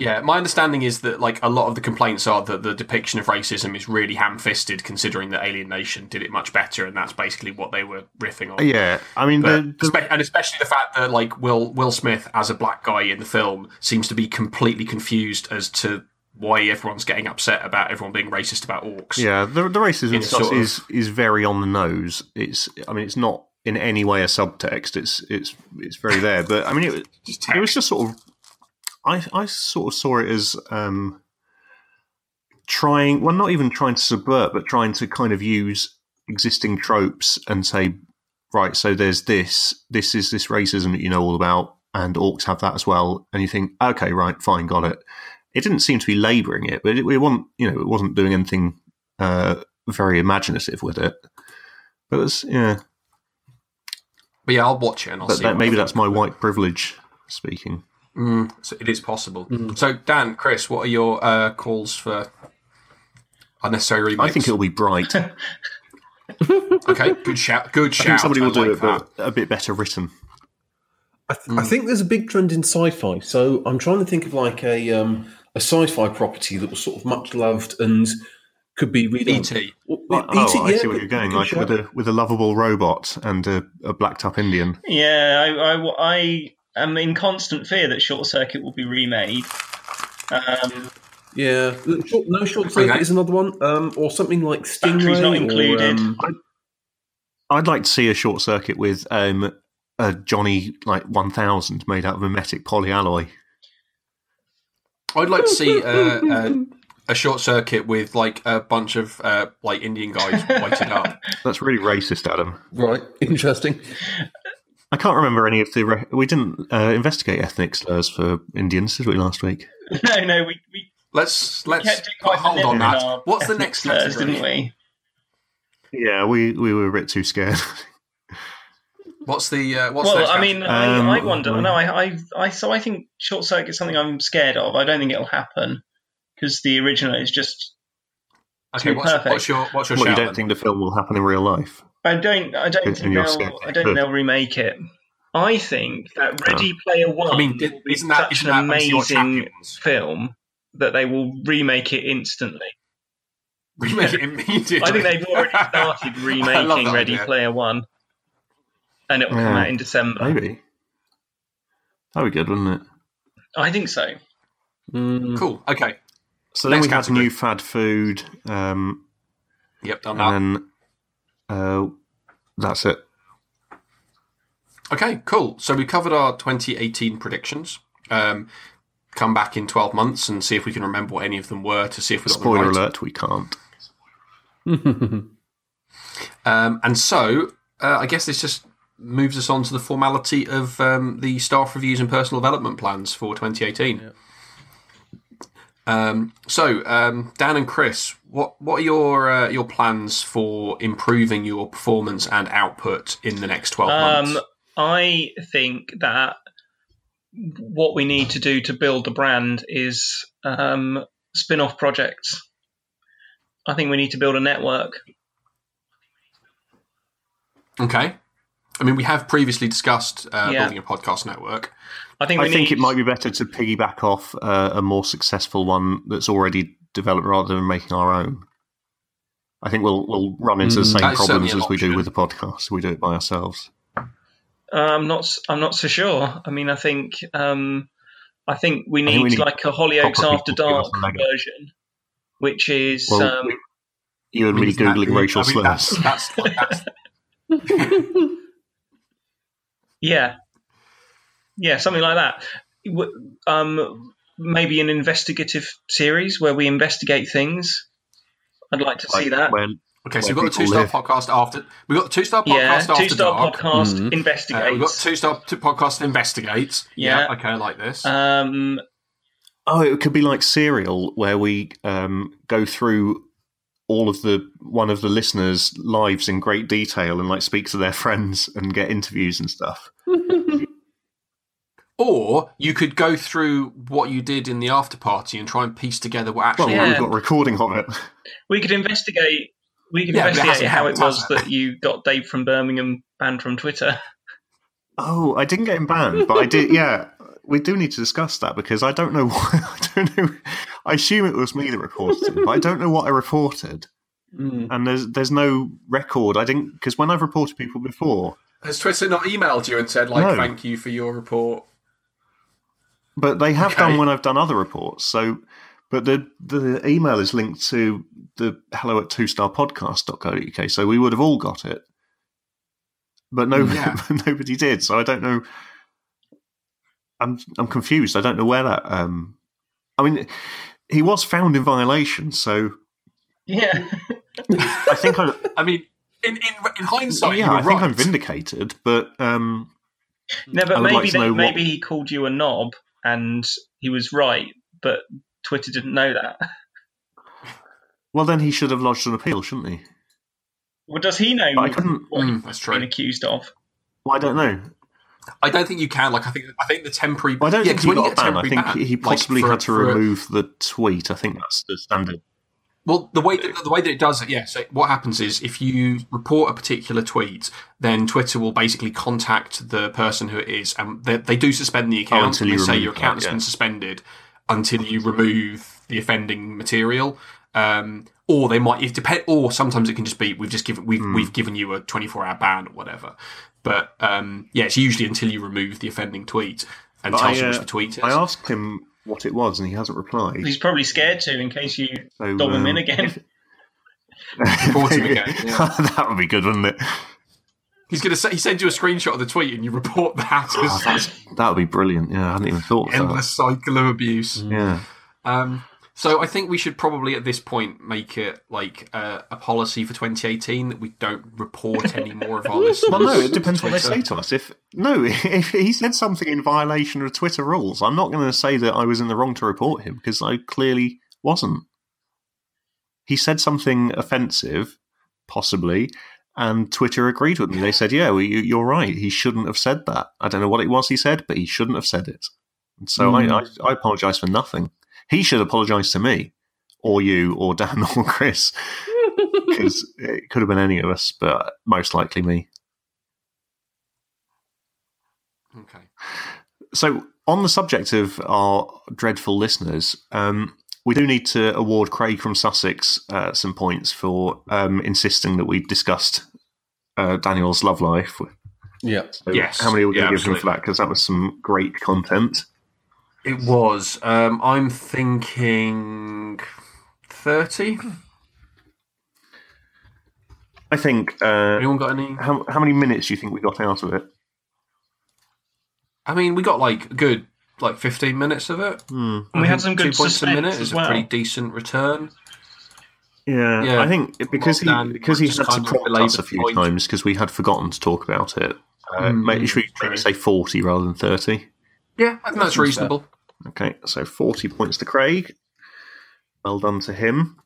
B: Yeah, my understanding is that like a lot of the complaints are that the depiction of racism is really ham-fisted, considering that Alien Nation did it much better, and that's basically what they were riffing on.
A: Yeah, I mean,
B: But
A: the, the-
B: espe- and especially the fact that like Will Will Smith as a black guy in the film seems to be completely confused as to why everyone's getting upset about everyone being racist about orcs.
A: yeah, the, the racism
B: It's
A: stuff
B: sort of-
A: is is very on the nose. It's, I mean, it's not in any way a subtext. It's it's it's very there. But I mean, it,
B: Just
A: it was just sort of I I sort of saw it as um trying well not even trying to subvert but trying to kind of use existing tropes and say right so there's this this is this racism that you know all about and orcs have that as well and you think okay right fine got it it didn't seem to be laboring it but it, it wasn't you know it wasn't doing anything uh very imaginative with it but it's yeah
B: But yeah, I'll watch it and I'll
A: but
B: see.
A: that,
B: what
A: maybe
B: I
A: that's
B: think.
A: my white privilege speaking
B: Mm, so it is possible. So Dan, Chris, what are your uh, calls for unnecessary remakes?
A: i think it'll be bright
B: okay. Good shout. Good shout.
A: I think somebody
B: I
A: will do
B: like
A: it,
B: that.
A: but a bit better written.
D: I, th-
B: Mm.
D: I think there's a big trend in sci-fi. So I'm trying to think of like a um, a sci-fi property that was sort of much loved and could be
B: E
D: redone.
B: E.T..
D: Well,
A: Oh,
D: E.T.,
A: I
D: yeah,
A: see where
D: good-
A: you're going.
D: good
A: Like
D: shout.
A: with a with a lovable robot and a, a blacked up Indian.
C: Yeah, I, I, I am in constant fear that Short Circuit will be remade. Um,
D: yeah. The Short, no short circuit
B: Okay.
D: is another one, um, or something like Stingray.
C: Batteries not
D: or,
C: included.
D: um,
A: I'd like to see a short circuit with um, a Johnny like 1000 made out of mimetic polyalloy.
B: I'd like to see uh, uh, a short circuit with like a bunch of uh, like Indian guys whited up.
A: That's really racist, Adam.
D: right. Interesting.
A: I can't remember any of the. Re- we didn't uh, investigate ethnic slurs for Indians, did we last week?
C: no, no, we, we
B: Let's let's
C: kept it
B: put a
C: quite
B: hold on
C: limited in
B: that.
C: our
B: What's the
C: ethnic
B: next
C: slurs,
B: letter?
C: didn't we?
A: Yeah, we, we were a bit too scared.
B: What's the uh, what's the
C: well,
B: next
C: I
B: letter?
C: mean, I, I
A: Um,
C: wonder.
A: we-
C: No, I, I, I, so I think Short Circuit's something I'm scared of. I don't think it'll happen because the original is just.
B: okay,
C: too
B: what's,
C: perfect.
B: what's your what's your
A: well, you
B: shout?
A: don't
B: then?
A: think the film will happen in real life?
C: I don't. I don't
A: And
C: think
A: you're
C: they'll.
A: scared
C: I
A: it could.
C: don't think they'll remake it. I think that
A: Oh.
C: Ready Player One.
B: I mean,
C: will be
B: isn't that
C: such
B: isn't
C: an
B: that amazing?
C: amazing film that they will remake it instantly?
B: Remake it immediately.
C: I think they've already started
B: I love
C: remaking
B: that
C: Ready
B: idea.
C: Player One, and it will come
A: Yeah.
C: out in December.
A: Maybe. That'd be good, wouldn't it?
C: I think so.
A: Hmm.
D: Mm,
B: Cool. Okay.
A: So then
B: Next
A: we had
B: category.
A: new fad food. Um,
B: Yep. Done that.
A: and then uh, that's it.
B: Okay, cool. So we covered our 2018 predictions. Um, come back in 12 months and see if we can remember what any of them were to see if we got
A: Spoiler
B: them right.
A: alert: we can't.
B: Um, and so uh, I guess this just moves us on to the formality of um, the staff reviews and personal development plans for 2018. Um, so um, Dan and Chris, what what are your uh, your plans for improving your performance and output in the next 12
C: Um,
B: months?
C: I think that what we need to do to build the brand is um, spin off projects. I think we need to build a network.
B: Okay. I mean, we have previously discussed uh,
C: Yeah.
B: building a podcast network.
C: I think
A: I
C: we
A: think,
C: need,
A: it might be better to piggyback off uh, a more successful one that's already developed rather than making our own. I think we'll we'll run into the
D: Mm.
A: same
B: That's
A: problems
B: certainly an
A: as we do
B: option.
A: with the podcast. We do it by ourselves.
C: I'm Um, not. s- I'm not so sure. I mean, I think. Um, I think we need,
A: think we need
C: like a Hollyoaks
A: proper
C: After
A: people to give us
C: Dark
A: a mega-
C: version, which is
A: Well,
C: um,
A: you and me
B: isn't that
A: googling
B: really-
A: racial
B: I mean, that's-
A: slurs.
B: That's, that's-
C: yeah, yeah, something like that. W- Um, maybe an investigative series where we investigate things. I'd like to see that.
A: Where-
B: okay,
A: Where
B: so we've got the
A: people
B: two star
A: live.
B: podcast after. We've got the two star podcast
C: Yeah,
B: after
C: two star
B: dark.
C: podcast
A: Mm-hmm.
D: Mhm.
B: Uh, we've got
C: investigates.
B: two star two podcast investigates. Yeah.
C: Yeah.
B: Okay, I like this.
A: Uh,
C: um,
A: Oh, it could be like Serial, where we um, go through all of the one of the listeners' lives in great detail and like speak to their friends and get interviews and stuff.
B: or you could go through what you did in the after party and try and piece together what
A: Well,
B: actually.
C: Yeah.
A: we've got a recording of it.
C: we could investigate. We could
B: Yeah, but it
C: investigate
B: hasn't
C: how it
B: happened,
C: was
B: has it?
C: that you got Dave from Birmingham banned from Twitter.
A: Oh, I didn't get him banned, but I did. Yeah, we do need to discuss that because I don't know why. I don't know. I assume it was me that reported it, but I don't know what I reported.
D: Mm.
A: And there's there's no record. I didn't because when I've reported people before,
B: Has Twitter not emailed you and said like,
A: No.
B: "Thank you for your report"?
A: but they have
B: Okay.
A: done when I've done other reports. So, but the the email is linked to the hello at two star podcast.co.uk. So we would have all got it, but no,
B: Hmm. Yeah.
A: but nobody did. So I don't know. I'm I'm confused. I don't know where that. Um, I mean, he was found in violation, so
C: Yeah.
A: I think I,
B: I mean, in in, in hindsight, you
A: yeah,
B: were
A: I think
B: right.
A: I'm vindicated. But um,
C: No,
A: I
C: but
A: would
C: maybe
A: like to
C: they,
A: know what-
C: maybe he called you a knob and he was right, but Twitter didn't know that.
A: well, then he should have lodged an appeal, shouldn't he?
C: Well, does he know
A: But I couldn't.
C: what he's
B: Mm, that's
C: been
B: true.
C: accused of?
A: Well, I don't know.
B: I don't think you can. Like, I think I think the temporary.
A: Well, I don't
B: yeah,
A: think
B: 'cause
A: he
B: when you
A: got a
B: get
A: ban. I
B: temporary
A: think
B: ban,
A: he
B: like,
A: possibly
B: for-
A: had to
B: for a-
A: remove the tweet. I think that's the standard.
B: Well, the way that, the way that it does it, yeah. So what happens is if you report a particular tweet, then Twitter will basically contact the person who it is, and they, they do suspend the account.
A: until
B: and
A: you
B: they say
A: remove
B: your
A: that,
B: account has
A: yeah.
B: been suspended until you remove the offending material. Um, or they might, it depend, or sometimes it can just be we've just given
A: Hmm.
B: we've we've given you a twenty four hour ban or whatever. But um, yeah, it's usually until you remove the offending tweet and
A: But
B: tells
A: I,
B: you which
A: uh,
B: the tweet is.
A: I asked him what it was, and he hasn't replied.
C: He's probably scared to in case you
A: So,
C: dob him in
A: um,
C: again.
B: Report him again, yeah.
A: that would be good, wouldn't it?
B: He's gonna say, he sends you a screenshot of the tweet and you report that.
A: Oh, that's, that would be brilliant. Yeah, I hadn't even thought of
B: endless cycle of abuse.
A: that. Yeah.
B: Um, so I think we should probably at this point make it like uh, a policy for 2018 that we don't report any more of our listeners.
A: Well, no, it depends what they
B: Twitter.
A: say to us. If no, if he said something in violation of Twitter rules, I'm not going to say that I was in the wrong to report him because I clearly wasn't. He said something offensive, possibly, and Twitter agreed with me. They said, "Yeah, well, you, you're right. He shouldn't have said that. I don't know what it was he said, but he shouldn't have said it." And so I, I, I apologize for nothing. He should apologize to me, or you, or Dan, or Chris, because it could have been any of us, but most likely me.
B: Okay.
A: so on the subject of our dreadful listeners, um, we do need to award Craig from Sussex uh, some points for um, insisting that we discussed uh, Daniel's love life.
D: Yeah.
A: So
B: Yes.
A: How many are we going
B: Yeah,
A: to give him for that? Because that was some great content.
B: It was. Um, I'm thinking 30.
A: I think. Uh,
B: Anyone got any?
A: how, how many minutes do you think we got out of it?
B: I mean, we got like a good like 15 minutes of it.
A: Hmm.
C: And
B: I
C: we
B: think
C: had some good
B: two points a
C: suspense
B: minute
C: as
B: is
C: well.
B: a pretty decent return.
A: Yeah,
B: Yeah.
A: I think it- because
B: Well
A: he
B: done.
A: because he
B: Just
A: had to
B: kind of
A: prompt
B: belaboured
A: us a few
B: point.
A: times because we had forgotten to talk about it. Uh,
B: Mm,
A: maybe should we
B: true.
A: maybe say forty rather than thirty?
B: Yeah, I think that's reasonable.
A: Okay, so 40 points to Craig. Well done to him.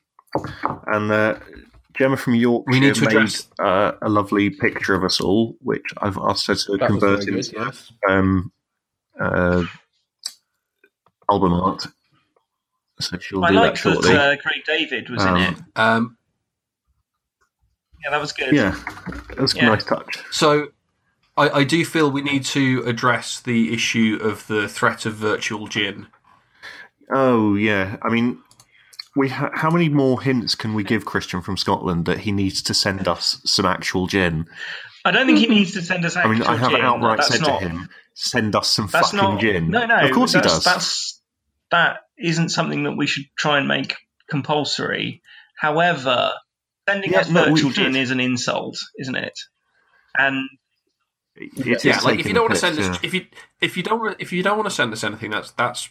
A: And uh, Gemma from Yorkshire
B: We need to
A: made
B: address-
A: uh, a lovely picture of us all, which I've asked her to
D: That was very
A: convert
D: good.
A: into
D: Yes.
A: um, uh, album art. So she'll
C: I
A: do that
C: like that
A: shortly.
C: uh, Craig David was
A: Um,
C: in it.
B: Um,
C: Yeah, that was good.
A: yeah, that's
C: Yeah.
A: a nice touch.
B: So, I, I do feel we need to address the issue of the threat of virtual gin.
A: Oh, yeah. I mean, we ha- how many more hints can we give Christian from Scotland that he needs to send us some actual gin?
C: I don't think he needs to send us.
A: I mean,
C: actual
A: I haven't
C: gin.
A: outright
C: That's
A: said
C: not,
A: to him, "Send us some
C: That's
A: fucking
C: not.
A: gin."
C: No, no.
A: of course he
C: that's,
A: does.
C: That's that isn't something that we should try and make compulsory. However, sending
A: Yeah,
C: us
A: no, we
C: virtual
A: should.
C: gin is an insult, isn't it? And
A: It
B: yeah,
A: is
B: like if
A: taking
B: you don't
A: the
B: want to send
A: piss,
B: us, if you if you don't wa- if you don't want to send us anything, that's that's.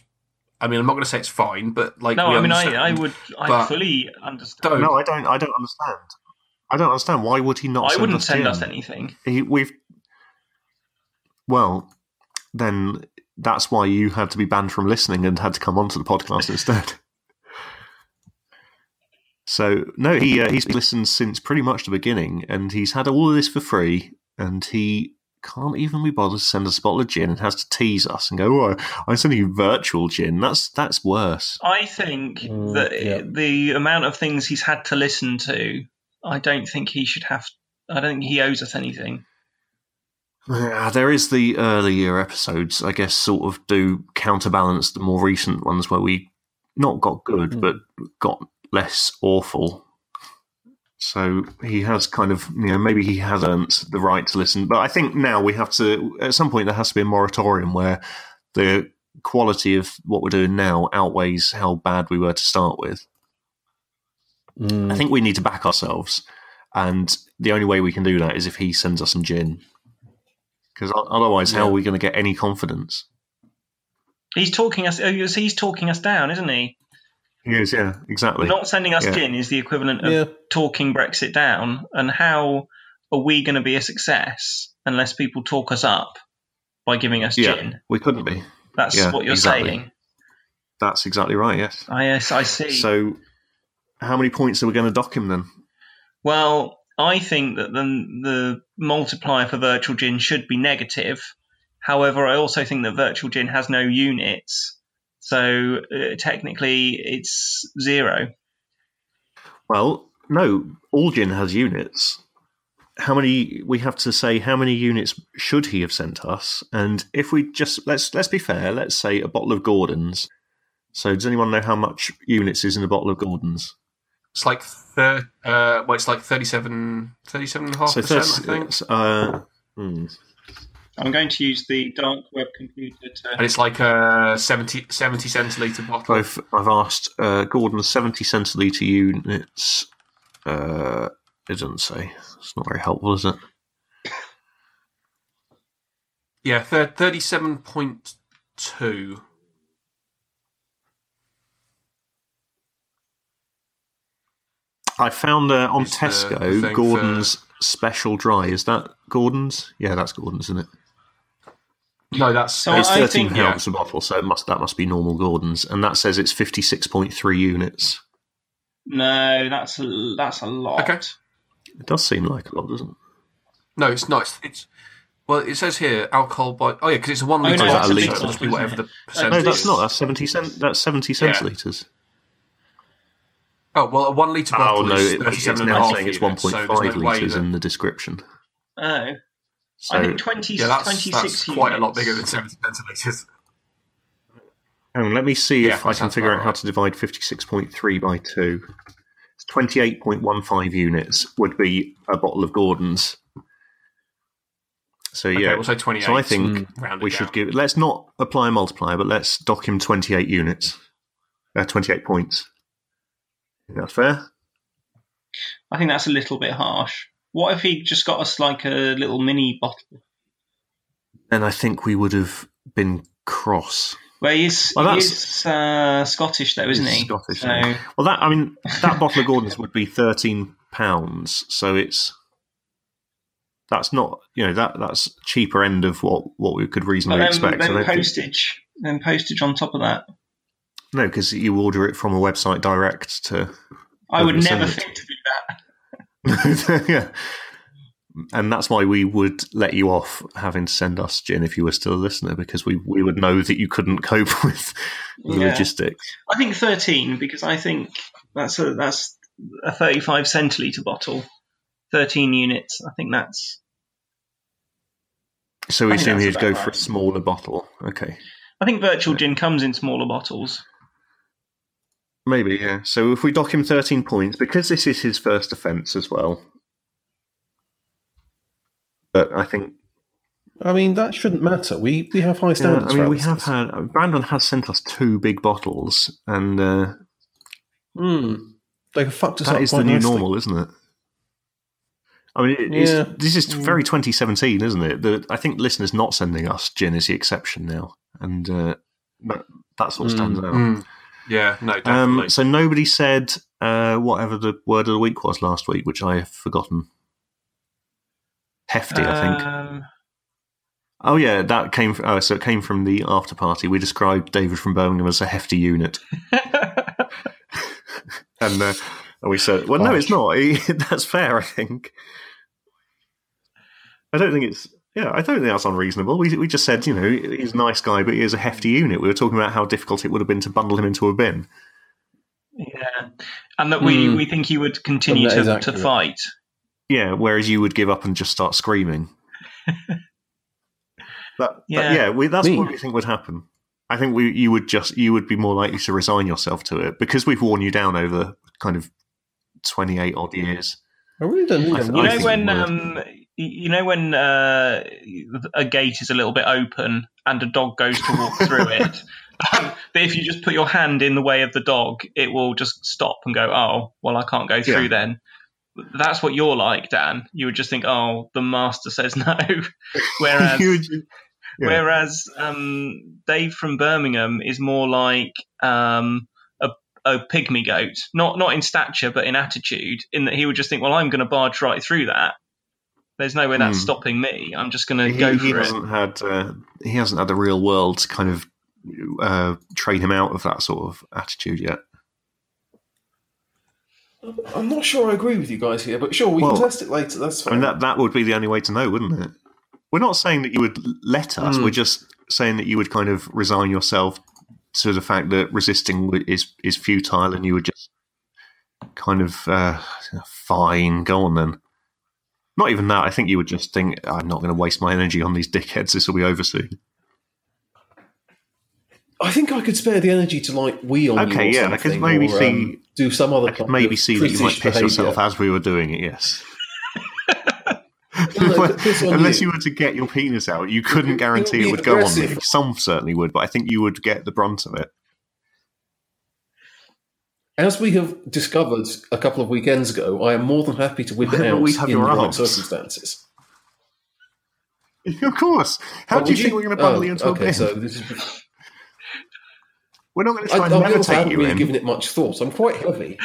B: I mean, I'm not going to say it's fine, but like
C: no,
B: we
C: I mean,
B: understand.
C: I, I would, I
B: but-
C: fully understand.
A: yeah.
B: don't.
A: No, I don't. I don't understand. I don't understand. Why would he not?
C: I
A: send
C: wouldn't
A: us
C: send
A: gin?
C: us anything.
A: He, we've. Well, then that's why you had to be banned from listening and had to come onto the podcast instead. So no, he uh, he's listened since pretty much the beginning, and he's had all of this for free, and he can't even be bothered to send us a bottle of gin, and has to tease us and go, "Oh, I'm sending you virtual gin. That's that's worse."
C: I think
D: Mm,
C: that
D: yeah.
C: the amount of things he's had to listen to, I don't think he should have. I don't think he owes us anything.
A: Yeah, Uh, there is the earlier episodes, I guess, sort of do counterbalance the more recent ones where we not got good, but got less awful. So he has kind of, you know, maybe he has earned the right to listen. But I think now we have to, at some point, there has to be a moratorium where the quality of what we're doing now outweighs how bad we were to start with.
D: Hmm.
A: I think we need to back ourselves. And the only way we can do that is if he sends us some gin. Because otherwise, how are we going to get any confidence?
C: He's talking us. oh, you see, He's talking us down, isn't he?
A: He is, yeah, exactly.
C: Not sending us
A: Yeah.
C: gin is the equivalent of
D: Yeah.
C: talking Brexit down. And how are we going to be a success unless people talk us up by giving us
A: yeah,
C: gin?
A: we couldn't be.
C: That's
A: Yeah,
C: what you're
A: exactly.
C: saying.
A: That's exactly right, yes.
C: I, yes, I see.
A: So, how many points are we going to dock him then?
C: Well, I think that the, the multiplier for virtual gin should be negative. However, I also think that virtual gin has no units, so uh, technically it's zero.
A: Well, no, all gin has units. How many we have to say how many units should he have sent us? And if we just let's let's be fair, let's say a bottle of Gordon's. So does anyone know how much units is in a bottle of Gordon's?
B: It's like thir- uh, well, it's like 37, 37 and a half
A: so
B: percent, I
A: 30
B: think.
A: uh, hmm.
C: I'm going to use the dark web computer
B: And
C: to.
B: it's like a 70, 70 centiliter bottle.
A: I've I've asked uh, Gordon seventy centiliter units. Uh, it doesn't say. It's not very helpful, is it?
B: Yeah, thir- 37.2.
A: I found uh, on
B: It's the-
A: Tesco
B: the thing for-
A: Gordon's special dry. Is that Gordon's? Yeah, that's Gordon's, isn't it?
B: No, that's.
C: So
A: it's
C: I
A: thirteen
C: think-
A: pounds a bottle, so it must that must be normal Gordon's, and that says it's fifty six point three units.
C: No, that's a, that's a lot.
B: Okay.
A: It does seem like a lot, doesn't it?
B: No, it's not. It's, it's well, it says here alcohol by. Oh yeah, because it's a one
C: Oh, no,
B: liter.
A: it's a
B: bottle, so
A: litre,
B: it must be
C: isn't
B: whatever
C: it?
B: the
C: And
A: No,
B: percentage.
A: that's
B: is.
A: not. That's seventy cent. That's seventy
B: Yeah.
A: centiliters.
B: Oh well, a one liter
A: Oh
B: bottle
A: no,
B: is
A: it, it's
B: thirty-seven and a
A: now
B: half
A: saying it's one
B: units,
A: point
B: so there's
A: five
B: no way
A: liters
B: that-
A: in the description.
C: Oh,
A: So
C: I think 20,
B: Yeah, that's,
C: 26
B: that's quite a lot
C: units.
B: bigger than seventy centiliters.
A: hang on, let me see if
B: Yeah,
A: I
B: that
A: can
B: sounds
A: figure
B: about
A: out how
B: right.
A: to divide fifty six point three by two. It's twenty eight point one five units would be a bottle of Gordon's. So
B: Okay,
A: yeah,
B: we'll say twenty-eight.
A: so I think
B: rounded
A: we
B: down.
A: should give. Let's not apply a multiplier, but let's dock him twenty-eight units, uh, twenty-eight points. Is that fair?
C: I think that's a little bit harsh. What if he just got us like a little mini bottle?
A: And I think we would have been cross.
C: Well, he is,
A: Well,
C: he
A: that's-
C: is uh, Scottish, though, isn't
A: He's
C: he?
A: Scottish,
C: So-
A: isn't he? Well, that I mean, that bottle of Gordon's would be thirteen pounds. So it's that's not you know that that's cheaper end of what what we could
C: But
A: reasonably
C: then,
A: expect. I
C: Um, then
A: don't think-
C: postage, then postage on top of that.
A: no, because you order it from a website direct to.
C: I would
A: Doesn't
C: never
A: sound
C: think to do that.
A: yeah. And that's why we would let you off having to send us gin if you were still a listener, because we, we would know that you couldn't cope with the
C: Yeah.
A: logistics.
C: I think thirteen because I think that's a that's a thirty-five centiliter bottle, thirteen units. I think that's.
A: So
C: I
A: we
C: think
A: assume
C: that's
A: he'd
C: about
A: go
C: right.
A: for a smaller bottle. Okay.
C: I think virtual gin comes in smaller bottles.
A: Maybe, yeah. So if we dock him 13 points, because this is his first offence as well. But I think
D: I mean, that shouldn't matter. We we have high
A: Yeah, uh,
D: standards.
A: I mean,
D: for
A: we
D: our
A: have
D: listeners.
A: had Brandon has sent us two big bottles, and uh,
D: Mm. They have fucked us
A: That
D: up.
A: is
D: quite
A: the new
D: nicely.
A: normal, isn't it? I mean, it, it's-
D: Yeah. Mm.
A: this is very 2017, isn't it? The, I think listeners not sending us gin is the exception now, and uh, that, that's what
D: Mm.
A: stands out.
B: Mm. Yeah, no, definitely.
A: Um, so nobody said uh, whatever the word of the week was last week, which I have forgotten. Hefty, I think.
C: Um,
A: Oh yeah, that came. From, oh, so it came from the after party. We described David from Birmingham as a hefty unit. and uh, and we said, "Well, no, it's not. that's fair. I think. I don't think it's. Yeah, I don't think that's unreasonable. We we just said, you know, he's a nice guy, but he is a hefty unit. We were talking about how difficult it would have been to bundle him into a bin.
C: yeah, and that we,
D: Hmm.
C: we think he would continue
D: that is
C: to, to
D: accurate.
C: fight.
A: Yeah, whereas you would give up and just start screaming. that, that-
C: Yeah.
A: yeah, we, that's
D: Me?
A: what we think would happen. I think we you would just you would be more likely to resign yourself to it because we've worn you down over kind of twenty eight odd years.
D: I really don't think
A: I
D: I,
A: th-
D: would.
A: I
C: You know
A: think
C: when
A: it would.
C: um, y- you know when uh, a gate is a little bit open and a dog goes to walk through it. Um, but if you just put your hand in the way of the dog, it will just stop and go. Oh, well, I can't go through
A: Yeah.
C: then. That's what you're like, Dan. You would just think, oh, the master says no. Whereas
A: You would- Yeah.
C: Whereas um, Dave from Birmingham is more like um, a, a pygmy goat, not not in stature, but in attitude. In that he would just think, "Well, I'm going to barge right through that. There's no way that's
A: Hmm.
C: stopping me. I'm just going to
A: he,
C: go
A: he
C: for it."
A: hasn't had uh, he hasn't had the real world to kind of uh, train him out of that sort of attitude yet.
D: I'm not sure I agree with you guys here, but sure, we
A: Well,
D: can test it later. That's
A: I mean,
D: fine.
A: that that would be the only way to know, wouldn't it? We're not saying that you would let us.
D: Mm.
A: We're just saying that you would kind of resign yourself to the fact that resisting w- is is futile, and you would just kind of uh, fine, go on then. Not even that. I think you would just think, I'm not going to waste my energy on these dickheads. This will be over soon.
D: I think I could spare the energy to like wee on
A: Okay,
D: you. or
A: yeah, I could
D: something,
A: maybe
D: or,
A: see-
D: um, do some other.
A: I could maybe see that you might piss yourself as we were doing it. Yes.
D: No, no, piss on
A: Unless
D: you.
A: you were to get your penis out, you couldn't
D: it would
A: guarantee
D: be
A: it would go on me.
D: aggressive.
A: Some certainly would, but I think you would get the brunt of it.
D: As we have discovered a couple of weekends ago, I am more than happy to whip it
A: Why don't
D: out
A: we have
D: in
A: your
D: the right
A: arms?
D: circumstances.
A: Of course. How
D: But
A: do you
D: would
A: think we're going to bundle
D: oh,
A: you into
D: okay,
A: a bin?
D: so this is.
A: we're not going to
D: I,
A: try
D: I,
A: and
D: I also
A: levitate
D: haven't
A: you
D: really
A: in.
D: given it much thought. I'm quite heavy,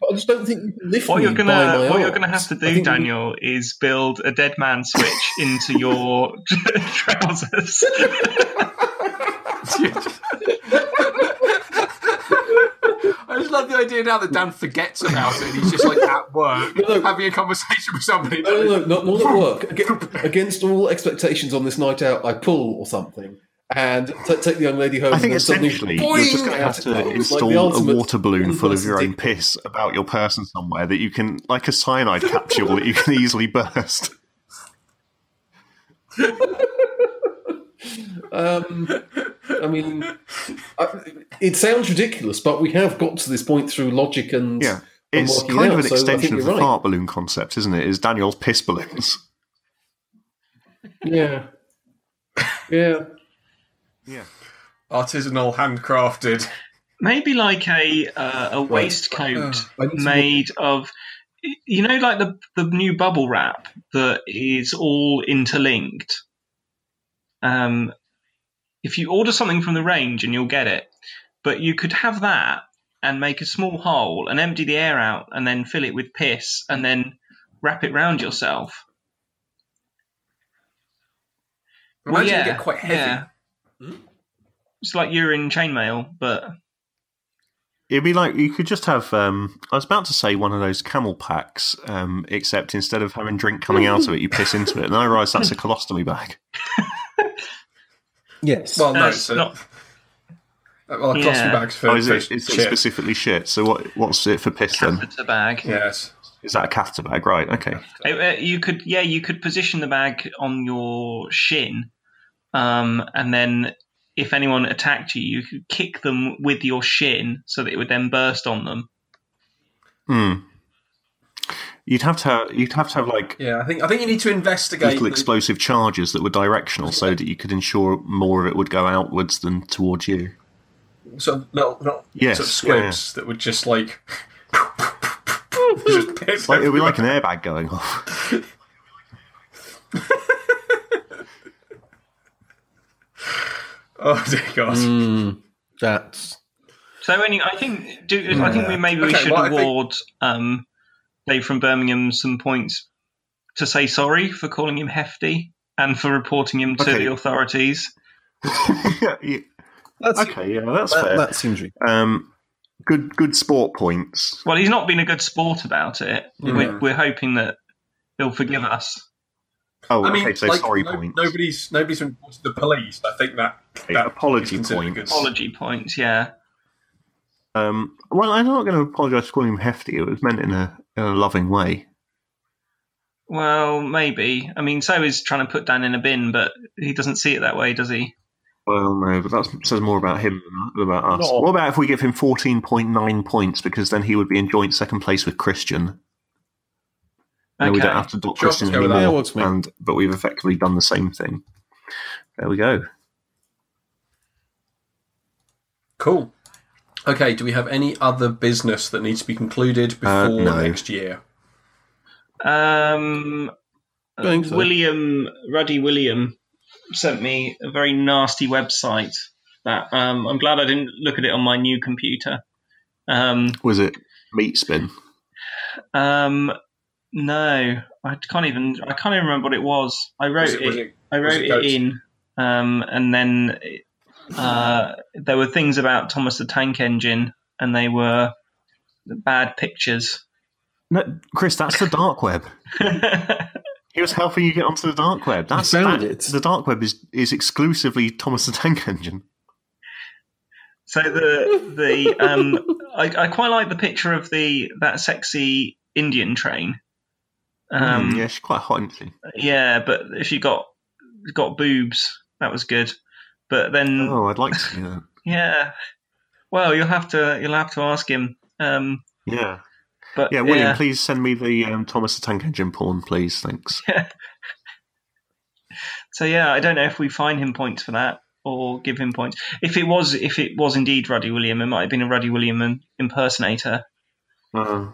D: but I just don't think you can lift
C: What
D: me
C: you're gonna
D: Hmm. by my
C: what
D: arms.
C: you're gonna have
D: I
C: to do,
D: think we-
C: Daniel, is build a dead man switch into your trousers.
B: I just love the idea now that Dan forgets about it. and He's just like at work
D: No, no.
B: having a conversation with somebody.
D: No, no, no, not, not at work. Aga- Against all expectations on this night out, I pull or something and t- take the young lady home.
A: I think
D: and then suddenly,
A: essentially you're just going to have
D: Boing! It's
A: to
D: like the
A: install a
D: ultimate
A: water balloon full of your own
D: university.
A: piss about your person somewhere that you can, like a cyanide capsule that you can easily burst.
D: Um, I mean, I, it sounds ridiculous, but we have got to this point through logic and
A: Yeah.
D: and
A: It's
D: working
A: kind of
D: out,
A: an
D: so I think
A: extension of the
D: you're right.
A: fart balloon concept, isn't it? Is Daniel's piss balloons.
D: Yeah, yeah.
A: Yeah.
B: Artisanal, handcrafted.
C: Maybe like a uh, a waistcoat
B: uh,
C: made of you know like the the new bubble wrap that is all interlinked um if you order something from the range and you'll get it but you could have that and make a small hole and empty the air out and then fill it with piss and then wrap it round yourself
B: Imagine you get quite heavy. Hmm?
C: yeah. it's like you're in chainmail but
A: It'd be like you could just have. Um, I was about to say one of those camel packs, um, except instead of having drink coming out of it, you piss into it, and I realise that's a colostomy bag.
D: Yes.
B: Well, Oh, no,
C: Uh,
B: it's a,
C: not-
B: well, colostomy
C: Yeah.
B: bags for
A: Oh, is it,
B: for
A: is it
B: shit.
A: specifically shit? So what? What's it for piss then?
C: catheter bag
B: Yes.
A: Is that a catheter bag? Right. Okay.
C: Uh, uh, You could, yeah, you could position the bag on your shin, um, and then if anyone attacked you, you could kick them with your shin so that it would then burst on them.
A: Hmm. You'd have to. Have, you'd have to have like
B: Yeah, I think I think you need to investigate.
A: little
B: the-
A: explosive charges that were directional, so that you could ensure more of it would go outwards than towards you.
B: sort of little, little
A: Yes,
B: sort of squibs that would just like just piss
A: Like, it would be like an airbag going off.
B: oh dear god
D: Mm, that's
C: So, any, I think, do, I think we maybe we
B: Okay,
C: should
B: well, I think-
C: award um, Dave from Birmingham some points to say sorry for calling him hefty and for reporting him to
A: Okay.
C: the authorities.
A: Yeah,
D: that's
A: okay. Yeah, that's
D: that,
A: fair.
D: that seems ridiculous.
A: Um, good, good sport points.
C: Well, he's not been a good sport about it.
B: Mm-hmm.
C: We're, we're hoping that he'll forgive us.
A: Oh,
B: I mean,
A: okay. So
B: like,
A: sorry
B: no-
A: points.
B: Nobody's nobody's been reported to the police. I think that,
A: Okay,
B: that
A: apology
B: is considered
A: points.
B: good.
C: Apology points, yeah.
A: Um, well, I'm not going to apologise for calling him hefty. It was meant in a, in a loving way.
C: Well, maybe. I mean, so is trying to put Dan in a bin, but he doesn't see it that way, does he?
A: Well, no, but that says more about him than about us.
D: No.
A: What about if we give him 14.9 points because then he would be in joint second place with Christian? And we
C: Okay.
A: don't have to dot
B: Sure,
A: Christian
B: go with that.
A: anymore.
D: Yeah, works for me.
A: and, but we've effectively done the same thing. There we go.
B: Cool. Okay, do we have any other business that needs to be concluded before
A: Uh, no.
B: next year?
C: Um,
D: I think so.
C: William Ruddy William sent me a very nasty website that um, I'm glad I didn't look at it on my new computer. Um,
A: Was it meat spin?
C: um, no, I can't even I can't even remember what it was. I wrote
B: Was it-
C: it,
B: was it-
C: I
B: was
C: wrote
B: it
C: it,
B: goats?
C: in, um, and then uh, there were things about Thomas the Tank Engine, and they were bad pictures.
A: No, Chris, that's the dark web. He was helping you get onto the dark web. That's
D: found
A: that-
D: it.
A: The dark web is, is exclusively Thomas the Tank Engine.
C: So the the um, I, I quite like the picture of the that sexy Indian train. Um,
A: Hmm, yeah, she's quite hot, isn't she?
C: yeah, but if you got got boobs, that was good. But then,
A: Oh, I'd like to see that.
C: yeah, well, you'll have to you'll have to ask him. Um,
A: Yeah.
C: but
A: Yeah, William, please send me the um, Thomas the Tank Engine porn, please. Thanks.
C: So yeah, I don't know if we fine him points for that or give him points. If it was if it was indeed Ruddy William, it might have been a Ruddy William im- impersonator.
A: Uh,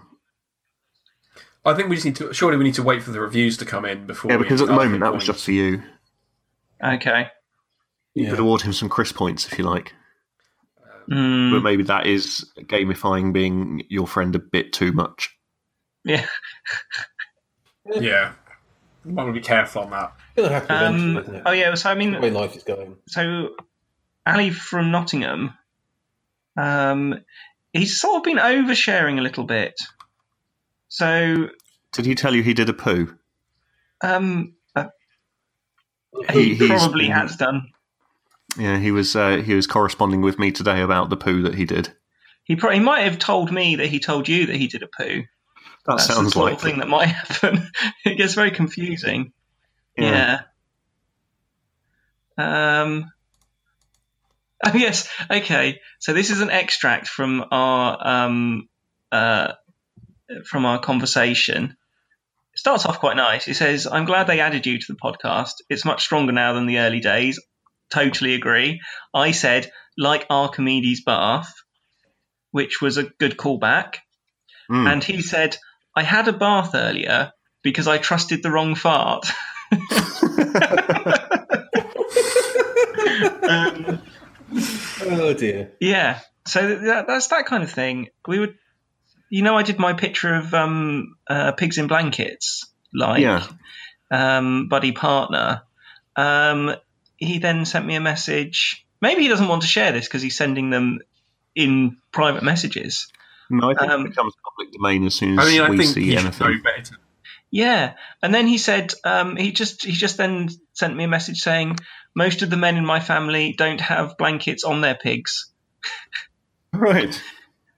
B: I think we just need to. Surely we need to wait for the reviews to come in before.
A: yeah,
B: we
A: because at the
B: start
A: moment that was
B: points.
A: just for you.
C: Okay.
A: You could award him some Chris points if you like,
C: Mm,
A: but maybe that is gamifying being your friend a bit too much.
C: yeah.
B: Yeah, might want to be careful on that.
D: It'll happen eventually,
C: Um,
D: isn't it?
C: oh yeah. So I mean,
D: The way life is going.
C: so Ali from Nottingham, um, he's sort of been oversharing a little bit. So
A: Did he tell you he did a poo?
C: um, uh,
A: He-
C: he,
A: he's-
C: probably has done.
A: Yeah, he was. Uh, he was corresponding with me today about the poo that he did.
C: He probably might have told me that he told you that he did a poo.
A: That
C: That's the
A: sounds
C: sort
A: like
C: of thing that might happen. it gets very confusing. Yeah. Um. Oh yes. Okay. So this is an extract from our um uh from our conversation. It starts off quite nice. It says, "I'm glad they added you to the podcast. It's much stronger now than the early days. Totally agree." I said, "Like Archimedes' bath," which was a good callback.
A: Mm.
C: And he said, I had a bath earlier because I trusted the wrong fart. um,
D: Oh dear.
C: yeah. So that, that's that kind of thing. We would, you know, I did my picture of um, uh, pigs in blankets, like
A: Yeah.
C: um, buddy partner. Um, he then sent me a message. Maybe he doesn't want to share this because he's sending them in private messages.
A: No, I think
C: Um,
A: it becomes public domain as soon as
B: I mean, I
A: we
B: think
A: see
B: you should know
A: anything.
B: better.
C: Yeah, and then he said um, he just he just then sent me a message saying most of the men in my family don't have blankets on their pigs.
A: Right.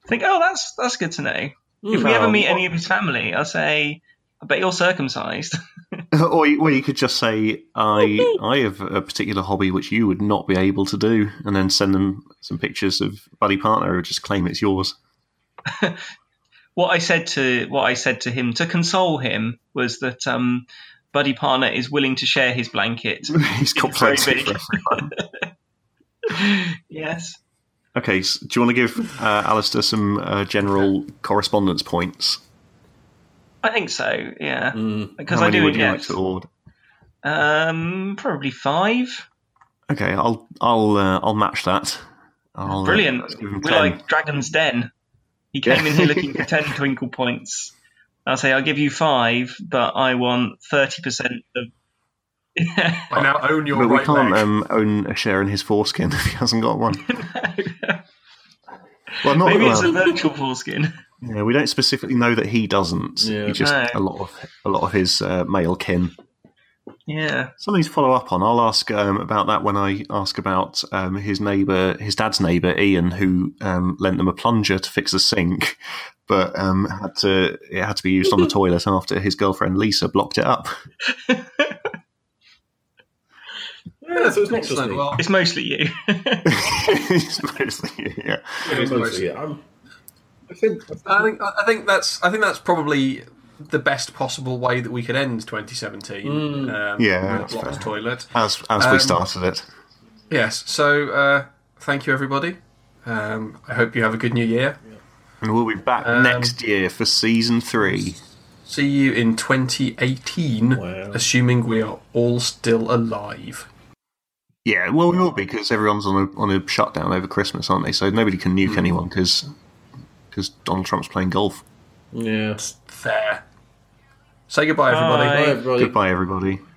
C: I think oh that's that's good to know. if we ever
A: Hmm. Well,
C: meet any of his family, I'll say I bet you're circumcised.
A: Or, you- or you could just say, I I have a particular hobby which you would not be able to do, and then send them some pictures of Buddy Partner or just claim it's yours.
C: what I said to what I said to him to console him was that um, Buddy Parner is willing to share his blanket.
A: He's got
C: It's very
A: plenty
C: big.
A: for everyone.
C: yes.
A: Okay, so do you want to give uh, Alistair some uh, general correspondence points?
C: I think so, yeah.
D: Mm.
C: Because
A: Hmm. How
C: I
A: many
C: do
A: would
C: it,
A: you
C: yes.
A: like to award?
C: Um, probably five.
A: Okay, I'll I'll uh, I'll match that. I'll, uh, let's
C: Brilliant.
A: give him
C: We're
A: 10.
C: like Dragon's Den. He came
A: Yeah.
C: in here looking for 10 twinkle points. I'll say, I'll give you five, but I want 30% of.
B: I now own your
A: but we
B: right
A: can't
B: leg.
A: um, own a share in his foreskin if he hasn't got one. well, not
C: Maybe it's a
A: well,
C: virtual foreskin.
A: yeah, we don't specifically know that he doesn't.
D: Yeah.
A: He just
C: No.
A: a lot of a lot of his uh, male kin.
C: Yeah.
A: Something to follow up on. I'll ask um, about that when I ask about um, his neighbour, his dad's neighbour Ian, who um, lent them a plunger to fix a sink, but um, had to it had to be used on the toilet after his girlfriend Lisa blocked it up.
D: Yeah, so it's not just
B: Excellent.
D: me.
B: Well,
C: It's mostly you.
A: It's mostly- yeah.
B: it's mostly-
D: Mostly, yeah. I'm, I think
B: I think I think that's I think that's probably the best possible way that we could end 2017. Um,
A: Yeah,
B: with
A: that's
B: Lot's
A: fair.
B: toilet.
A: As as we
B: Um,
A: started it.
B: Yes. So uh, thank you everybody. Um, I hope you have a good new year.
A: And we'll be back
B: Um,
A: next year for season three.
B: See you in 2018,
D: Wow.
B: assuming we are all still alive.
A: Yeah, well, we will be because everyone's on a on a shutdown over Christmas, aren't they? So nobody can nuke anyone 'cause anyone because Donald Trump's playing golf.
D: yeah.
C: Uh,
B: There. Say goodbye, everybody.
C: Bye.
D: Bye, everybody.
A: Goodbye, everybody.